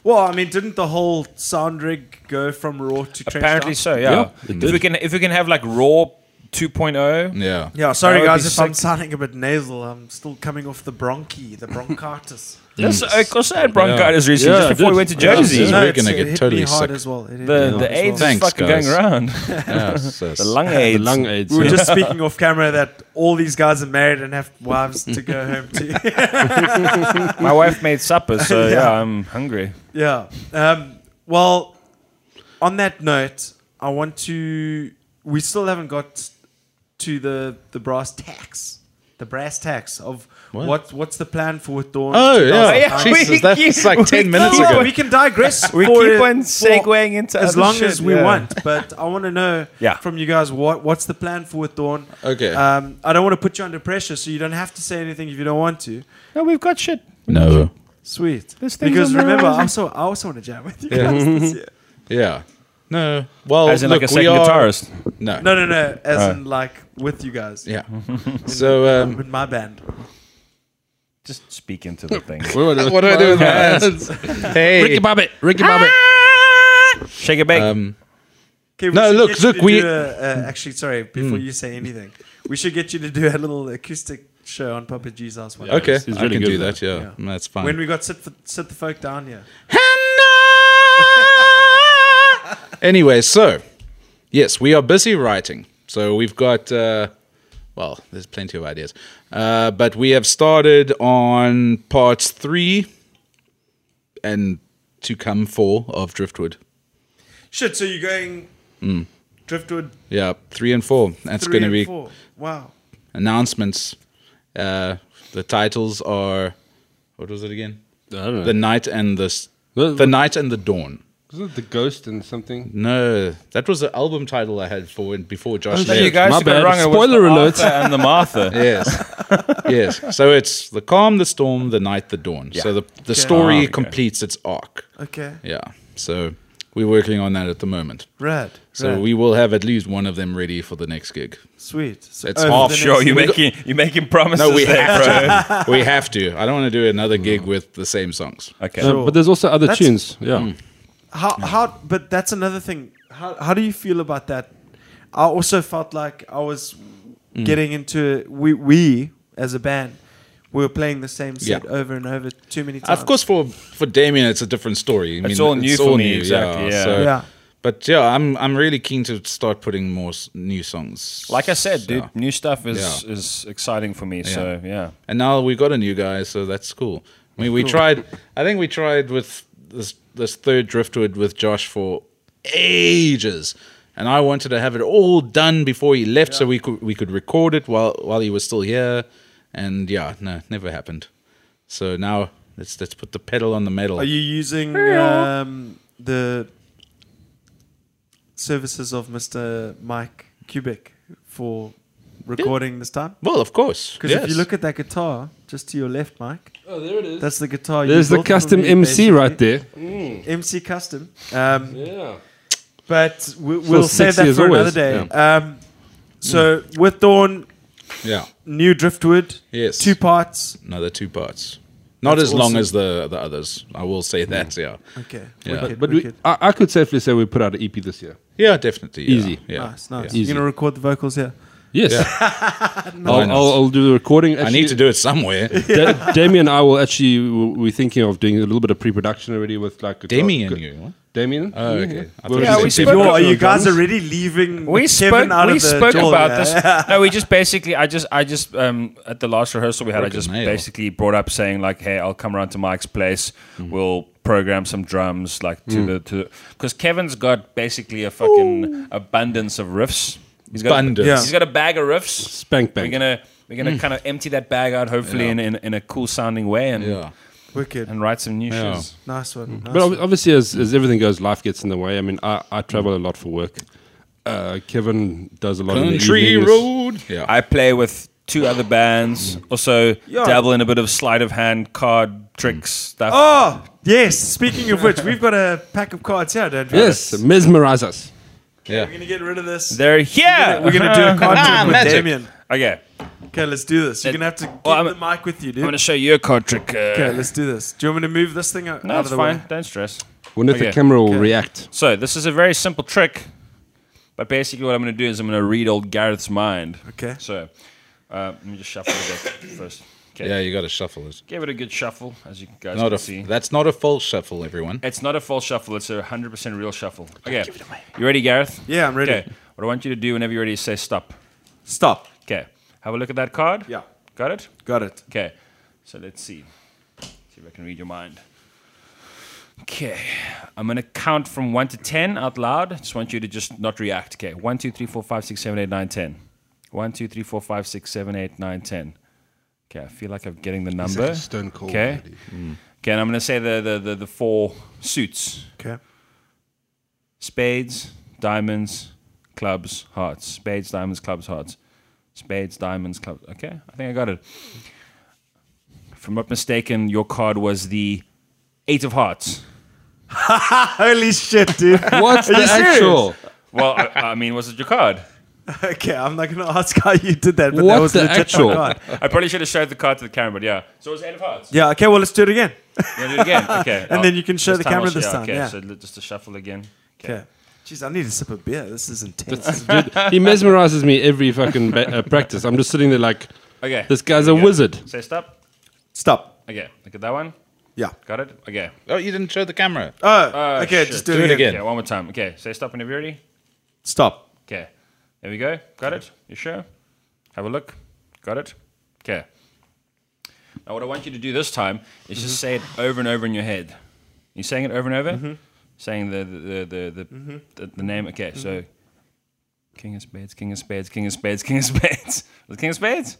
C: Well, I mean, didn't the whole sound rig go from raw to trench
D: apparently
C: down?
D: so.
E: Yeah,
D: Yeah.
E: it
D: if we
E: did.
D: can, if we can have like Raw oh, 2.0.
A: yeah.
C: Yeah, sorry
D: That would
C: guys
D: be
C: if I'm
D: sick.
C: sounding a bit nasal. I'm still coming off the bronchi, the bronchitis.
D: That's, I also had bronchitis recently,
E: Yeah,
D: just
E: I
D: before
E: did.
D: we went to
E: Yeah, I
D: Jersey.
A: did. We're
C: it's-
A: gonna get
C: it hit
A: totally
C: me hard
A: sick.
C: as well. It hit me
D: The,
C: hard
D: the
C: as
D: AIDS
C: well.
D: is
A: Thanks,
D: fucking
A: guys.
D: going around.
A: Yeah, it's- it's-
D: The lung AIDS.
E: The lung aids.
C: We were
E: yeah.
C: just speaking off camera that all these guys are married and have wives to go home to.
D: My wife made supper, so
C: Yeah.
D: yeah. I'm hungry.
C: yeah. Um, well, on that note, I want to. We still haven't got to the the brass tacks, the brass tacks of what, what's the plan for with Dawn?
A: Oh
C: 2000?
A: yeah,
D: Yeah,
A: Jesus,
D: we
A: that's
D: keep-
A: like
D: we
A: ten minutes
C: Keep-
A: ago.
C: We can digress.
D: We
C: for-
D: keep on
C: for
D: segueing into
C: as
D: other
C: long
D: shit,
C: as we
D: yeah.
C: want. But I want to know
D: Yeah.
C: from you guys what what's the plan for with Dawn?
A: Okay.
C: Um, I don't want to put you under pressure, so you don't have to say anything if you don't want to.
D: No, we've got shit.
A: No.
C: Sweet.
D: There's things
C: Because
D: on the
C: remember,
D: horizon.
C: I also I also want to jam with you guys this year.
A: Yeah. No. Well,
D: As in
A: look,
D: like a
A: we
D: second
A: are-
D: guitarist.
A: No.
C: No, no, no. As in like with you guys.
A: Uh. Yeah. so um,
C: With my band.
D: Just speak into the thing.
E: What do I do?
A: what do I do with my hands? hey.
E: Ricky Bobbitt. Ricky
A: Ah!
E: Bobbitt.
D: Shake a bake.
A: Um,
C: Okay, we
A: No,
C: should
A: look,
C: get you
A: look,
C: to
A: we- Mm.
C: do a, uh, actually, sorry, before you say anything, we should get you to do a little acoustic show on Papa G's house one. day.
A: okay,
E: he's
A: I
E: really
A: can
E: good
A: do
E: at
A: that. Yeah,
C: Yeah.
A: Mm, that's fine.
C: When we got sit, for, sit the folk down here.
A: anyway, so yes, we are busy writing. So we've got uh, well, there's plenty of ideas, uh, but we have started on parts three and to come four of Driftwood.
C: Shit, so you're going Driftwood
A: Yeah, three and four. That's
C: 3
A: going to
C: and
A: Mm. be
C: 4. Wow.
A: announcements. Uh, the titles are what was it again?
E: I don't know.
A: The night and the s-
E: Uh, The-
A: the night and the dawn.
E: Isn't it the ghost and something?
A: No, that was the album title I had for when before
C: Oh,
A: Josh.
D: So
A: left.
D: you guys
E: my
D: got
E: bad.
D: wrong. It was
E: Spoiler
D: the
E: alert.
D: Arthur and the Martha.
A: yes, yes. So it's the calm, the storm, the night, the dawn. So the the story completes its arc.
C: Oh, Okay.
A: Yeah. So we're working on that at the moment.
C: Rad.
A: So
C: rad.
A: we will have at least one of them ready for the next gig.
C: sweet. So
A: It's
C: over
A: half
C: the
D: Oh, Sure,
C: next-
D: you're making you're making promises
A: No, we
D: there,
A: have to. We have to. I don't want to do another
C: Mm.
A: gig with the same songs.
D: bro. Okay.
E: No, but there's also other
C: That's-
E: tunes. Yeah.
A: Hmm.
C: How how? But that's another thing. How how do you feel about that? I also felt like I was
E: Mm.
C: getting into we we as a band. We were playing the same set
A: Yeah.
C: over and over too many times.
A: Of course, for for Damien, it's a different story. I
D: It's all new for me, exactly, yeah.
C: Yeah.
A: But yeah, I'm I'm really keen to start putting more s- new songs.
D: Like I said,
A: So-
D: dude, new stuff is
A: Yeah.
D: is exciting for me. So yeah.
A: And now we got a new guy, so that's cool. I mean, we tried. I think we tried with this this third driftwood with Josh for ages, and I wanted to have it all done before he left, so we could we could record it while while he was still here. And yeah, no, never happened. So now let's let's put the pedal on the metal.
C: Are you using um, the services of Mr. Mike Kubik for recording this time?
A: well, of course.
C: Because if you look at that guitar just to your left, Mike,
E: Oh, there it is.
C: that's the guitar. you
E: There's the
C: built for
E: custom
C: me,
E: MC right
C: basically.
E: there.
C: MC custom. Um,
E: Yeah.
C: But we, we'll save
E: sexy
C: that
E: as
C: for another
E: always,
C: day. Um, so
D: Mm.
C: with Dawn,
A: yeah,
C: new Driftwood,
A: Yes.
C: two parts.
A: another two parts. Not
C: That's
A: as long
C: awesome. Mm.
A: as the the others. I will say that. Yeah,
C: Okay,
A: Yeah.
C: wicked,
E: But we,
C: wicked.
E: I, I could safely say we put out an EP this year.
A: yeah, definitely. yeah,
E: Easy.
A: Yeah.
C: nice, nice.
A: yeah.
C: You're
E: Easy.
C: gonna record the vocals here.
E: Yes.
A: Why
E: I'll,
A: not?
E: I'll, I'll do the recording.
A: I need to do it somewhere.
E: Da- Damien and I will actually, we- we're thinking of doing a little bit of pre production already with like. A
A: Damien you, what?
E: Damien?
A: Oh, okay. I thought
E: We're
A: you
E: just
D: said
E: in
D: Damien.
E: pre-production
C: Yo, are you
E: on
C: guys
E: drums.
C: already leaving?
D: we
C: the
D: spoke.
C: Kevin out
D: we
C: of the
D: spoke
C: door,
D: about
C: yeah?
D: this. No, we just basically. I just. I just. Um, at the last rehearsal we had, I
A: Freaking
D: just
A: nail.
D: basically brought up saying like, "Hey, I'll come around to Mike's place. We'll program some drums like to the to because Kevin's got basically a fucking abundance of riffs. He's got
A: Abundance.
D: A,
A: Yeah.
D: He's got a bag of riffs.
E: Spank bank.
D: We're gonna we're gonna kind of empty that bag out, hopefully in, in in a cool sounding way, and
A: Yeah.
C: Wicked.
D: and Mm-hmm. write some new
A: Yeah.
D: shoes.
C: Nice one. Nice
E: But
C: one.
E: ob- obviously, as, as everything goes, life gets in the way. I mean, I, I travel a lot for work. Uh, Kevin does a lot of
A: Country road. Yeah.
D: I play with two other bands. Also
C: Yeah.
D: dabble in a bit of sleight of hand card tricks stuff.
C: Oh yes. Speaking of which, we've got a pack of cards here, don't we?
E: Yes, mesmerize us.
C: We're
A: yeah.
C: gonna get rid of this.
D: They're here.
C: We're gonna do a card trick with
A: magic.
C: Damien.
D: Okay,
C: Okay, let's do this. You're gonna have to keep
D: Ah, Well, I'm-
C: the mic with you, dude.
D: I'm gonna show you a card trick. Uh,
C: okay, let's do this. Do you want me to move this thing out,
D: no,
C: out
D: it's
C: of the
D: fine.
C: way?
D: Don't stress.
E: Wonder if
D: Okay.
E: the camera will react.
D: So this is a very simple trick, but basically what I'm gonna do is I'm gonna read old Gareth's mind.
C: Okay.
D: So uh, let me just shuffle the deck first. Okay.
A: Yeah, you got to shuffle it.
D: Give it a good shuffle, as you guys
A: Not
D: can
A: a,
D: see.
A: that's not a false shuffle, everyone.
D: It's not a false shuffle. It's a hundred percent real shuffle. Okay, you ready, Gareth?
C: Yeah, I'm ready.
D: Okay, what I want you to do whenever you're ready is say stop.
C: Stop.
D: Okay, have a look at that card.
C: Yeah.
D: got it.
C: Got it.
D: Okay, so let's see. See if I can read your mind. Okay, I'm gonna count from one to ten out loud. Just want you to just not react. Okay, one, two, three, four, five, six, seven, eight, nine, ten. One, two, three, four, five, six, seven, eight, nine, ten. Okay, I feel like I'm getting the number.
E: a stone cold
D: Okay. Mm. Okay, and I'm gonna say the the the, the four suits:
C: Okay.
D: spades, diamonds, clubs, hearts. Spades, diamonds, clubs, hearts. Spades, diamonds, clubs. Okay, I think I got it. If I'm not mistaken, your card was the eight of hearts.
C: Holy shit, dude.
E: What's the actual?
D: Well, I, I mean, was it your card?
C: okay, I'm not gonna ask how you did that, but
E: What
C: that was
E: the
C: legit Oh, my
E: actual?
C: card.
D: I probably should have showed the card to the camera, but yeah. So it was eight of hearts.
C: Yeah. Okay. Well, let's do it again.
D: You wanna do it again? Okay.
C: And then you can show
D: this
C: the
D: time I'll
C: camera
D: sh-
C: this time,
D: Okay,
C: yeah.
D: so l- just a shuffle again.
C: Okay. Jeez, I need a sip of beer. This is intense.
E: He mesmerizes me every fucking ba- uh, practice. I'm just sitting there like,
D: Okay.
E: this guy's a
D: Okay.
E: wizard.
D: Say stop.
C: Stop.
D: Okay, look at that one.
C: Yeah.
D: Got it? Okay.
A: Oh, you didn't show the camera.
C: Oh.
D: Oh,
C: okay.
D: shit.
C: Just do, it again.
D: Yeah, one more time. Okay, say stop whenever you're ready.
C: Stop.
D: Okay, there we go. Got it? You sure? Have a look. Got it? Okay. Now, what I want you to do this time is
C: Mm-hmm.
D: just say it over and over in your head. You saying it over and over? Saying the the the the, the,
C: Mm-hmm.
D: the, the name. Okay, so King of Spades, King of Spades, King of Spades, King of Spades. Was it King of Spades?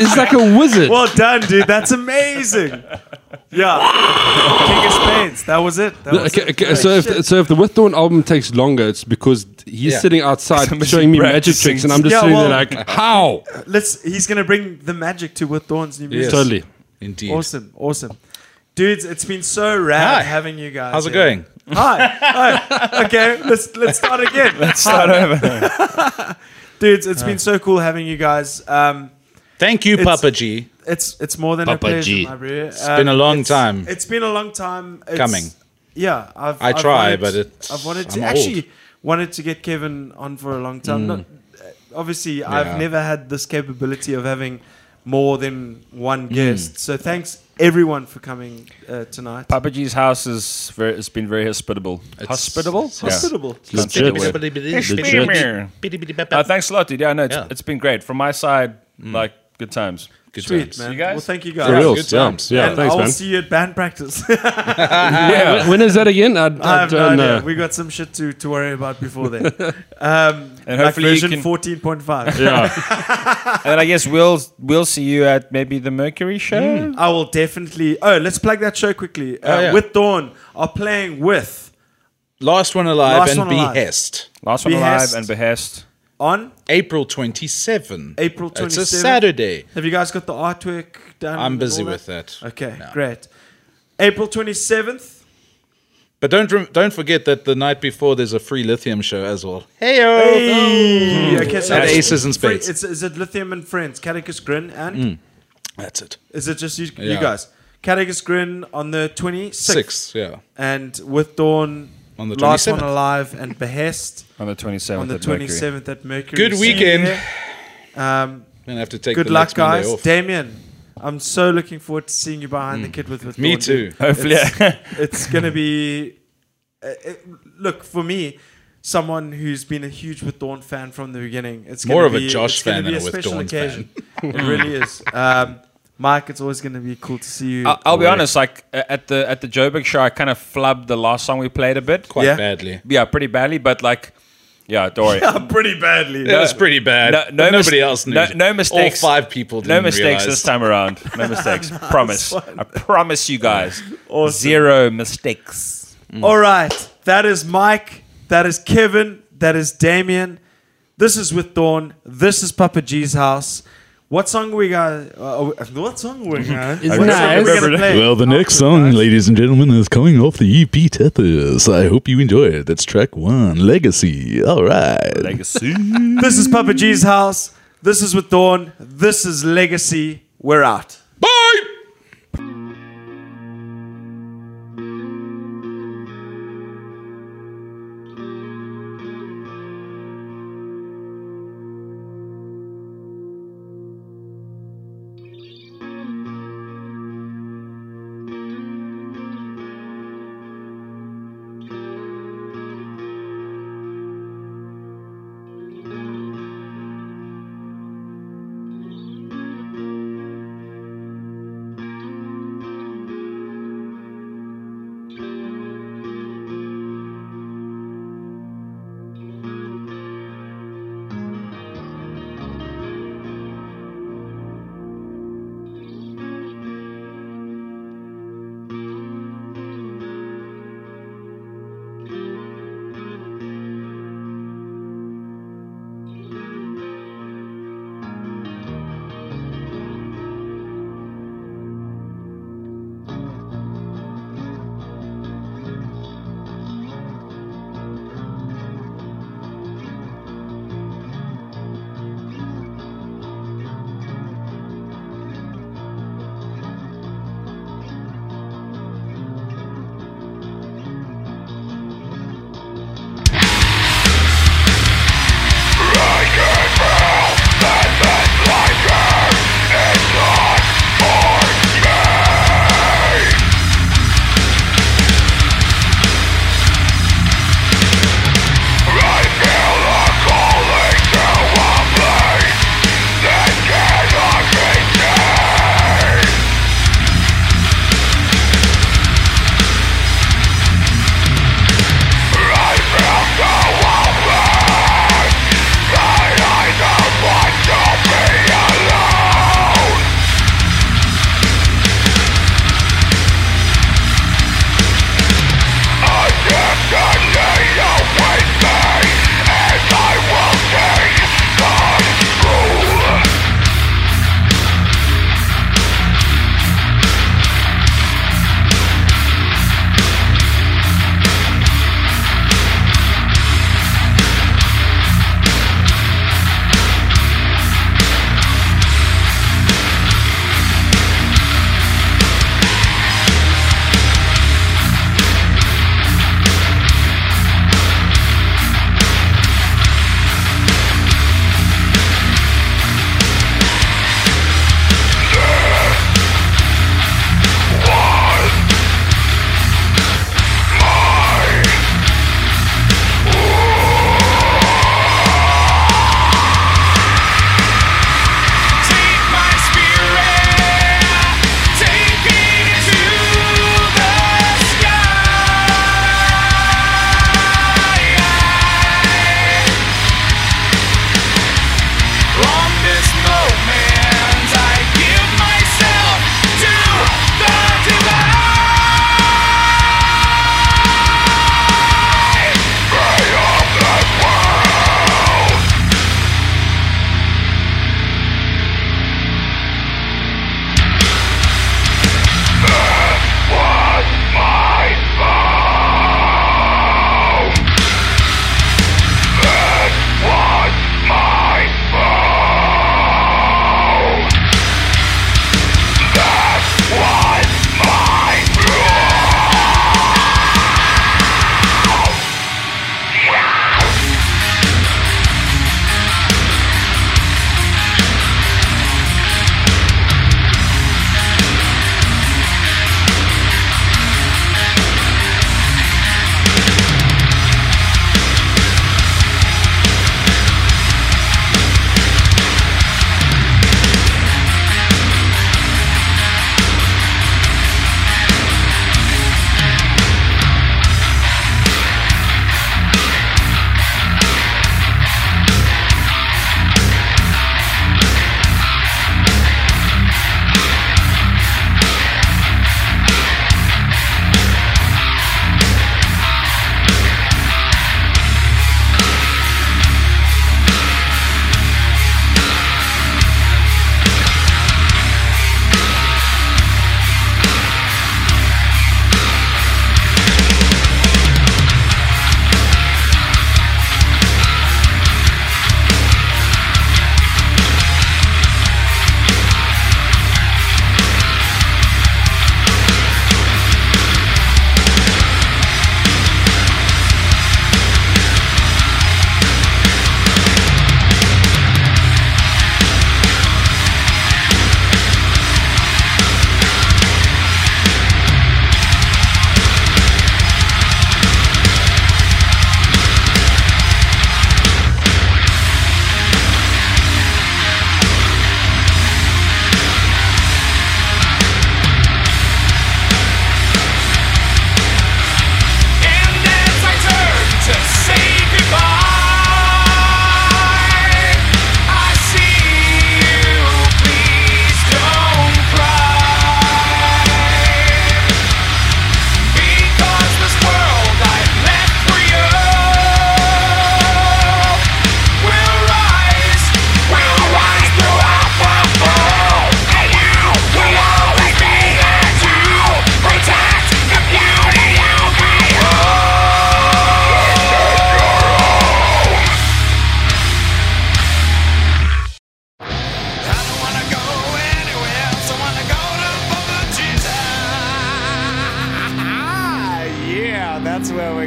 E: It's like a wizard.
C: Well done, dude. That's amazing. Yeah. King of Spades. That was it. That
E: No,
C: was
E: okay,
C: it.
E: okay, so, if, so if the With Dawn album takes longer, it's because he's
A: Yeah.
E: sitting outside
D: Somebody's
E: showing me magic
D: practicing.
E: tricks, and I'm just
C: Yeah,
E: sitting
C: well-
E: there like, how?
C: Let's he's gonna bring the magic to with Dawn's new
A: Yes.
C: music.
E: Totally.
A: Indeed.
C: Awesome, awesome. Dudes, it's been so rad
A: Hi.
C: having you guys.
A: How's it
C: here.
A: going?
C: Hi. Hi. Okay, let's let's start again. Let's start over. Dudes, it's been so cool having you guys. Um,
A: Thank you,
C: It's-
A: Papa G.
C: it's it's more than
A: Papa
C: a pleasure,
A: G.
C: my bro. It's
A: been a long time.
C: It's been a long time It's-
A: Coming.
C: Yeah, I've,
A: I
C: I've
A: try,
C: wanted-
A: but it's-
C: I've wanted to
A: I'm
C: actually
A: old. Mm.
C: wanted to get Kevin on for a long time. Not, uh, obviously, I've
A: Yeah.
C: never had this capability of having more than
A: Mm.
C: one guest. So thanks everyone for coming uh, tonight.
D: Papa G's house is very, it's been very hospitable. hospitable?
C: Hospitable.
D: Yeah. Can't say the word.
E: Legit.
C: Oh,
D: Uh, thanks a lot, dude. Yeah, no, it's,
A: Yeah.
D: it's been great. From my side, like, good times.
A: Good
C: Sweet,
A: times.
C: man.
D: You guys?
C: Well, thank you guys.
E: For real.
A: good
E: Yeah,
A: times.
E: yeah
C: And
E: thanks,
C: I will
E: man.
C: see you at band practice.
E: When- When is that again? uh, I, I,
C: I have no
E: don't
C: idea.
E: know.
C: We got some shit to, to worry about before then. Um,
D: And
C: like
D: hopefully you
C: version
D: can-
C: 14.5.
E: Yeah.
D: And then I guess we'll we'll see you at maybe the Mercury show.
C: I will definitely. Oh, let's plug that show quickly. Uh,
A: Oh, yeah.
C: With Dawn are playing with
A: Last one alive
C: Last
A: and
C: one alive.
A: behest.
D: Last one
C: Behest.
D: alive and behest.
C: on.
A: April 27.
C: April
A: It's a
C: 27.
A: Saturday.
C: Have you guys got the artwork done?
A: I'm
C: and
A: busy
C: all
A: with that.
C: Okay,
A: No.
C: great. April 27th.
A: But don't rem- don't forget that the night before there's a free lithium show as well. Hey,
E: Hmm.
C: Hey, okay, so
A: At
C: it's-
A: Aces and
C: free-
A: Spades.
C: It's, is it Lithium and Friends? Catechus Grin and
A: That's it.
C: is it just you, you
A: Yeah.
C: guys? Catechus Grin on the 26th.
A: Six, yeah.
C: and with Dawn
A: On the
C: last one
A: 27th.
C: alive and behest
D: On the 27th.
C: on the
D: at Mercury.
C: 27th at Mercury.
A: Good
C: See you
A: weekend.
C: there. Um,
A: Gonna have to take
C: good
A: the next
C: luck,
A: Monday
C: guys.
A: off.
C: Damien, I'm so looking forward to seeing you behind the kid with with
A: Me
C: Dawn, dude.
A: too.
D: Hopefully.
C: It's gonna be. Uh, it, look for me. Someone who's been a huge with Dawn fan from the beginning. It's gonna
A: More of a
C: be-
A: Josh
C: it's gonna
A: fan
C: be
A: than a with
C: special
A: Dawn fan.
C: occasion. it really is. Um, Mike, it's always going to be cool to see you.
D: I- I'll be honest. Like a- at the at the Joburg show, I kind of flubbed the last song we played a bit.
A: Quite
C: Yeah.
A: badly.
D: Yeah, pretty badly. But like, yeah, don't worry.
C: pretty badly.
A: That was pretty bad.
D: No- no
A: But nobody
D: mis-
A: else knew.
D: no- no mistakes.
A: All five people didn't
D: No mistakes
A: realize.
D: this time around. No mistakes. promise. I promise you guys.
C: Awesome.
D: Zero mistakes.
C: All right. That is Mike. That is Kevin. That is Damien. This is with Dawn. This is Papa G's house. What song we got? Uh, uh, what song we got?
E: It's
C: What song we
E: nice.
C: gonna play?
G: Well, the next song, ladies and gentlemen, is coming off the EP Tethers. I hope you enjoy it. That's track one, Legacy. All right.
D: Legacy.
C: This is Papa G's house. This is with Dawn. This is Legacy. We're out.
A: Bye!
H: Thank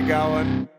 H: going.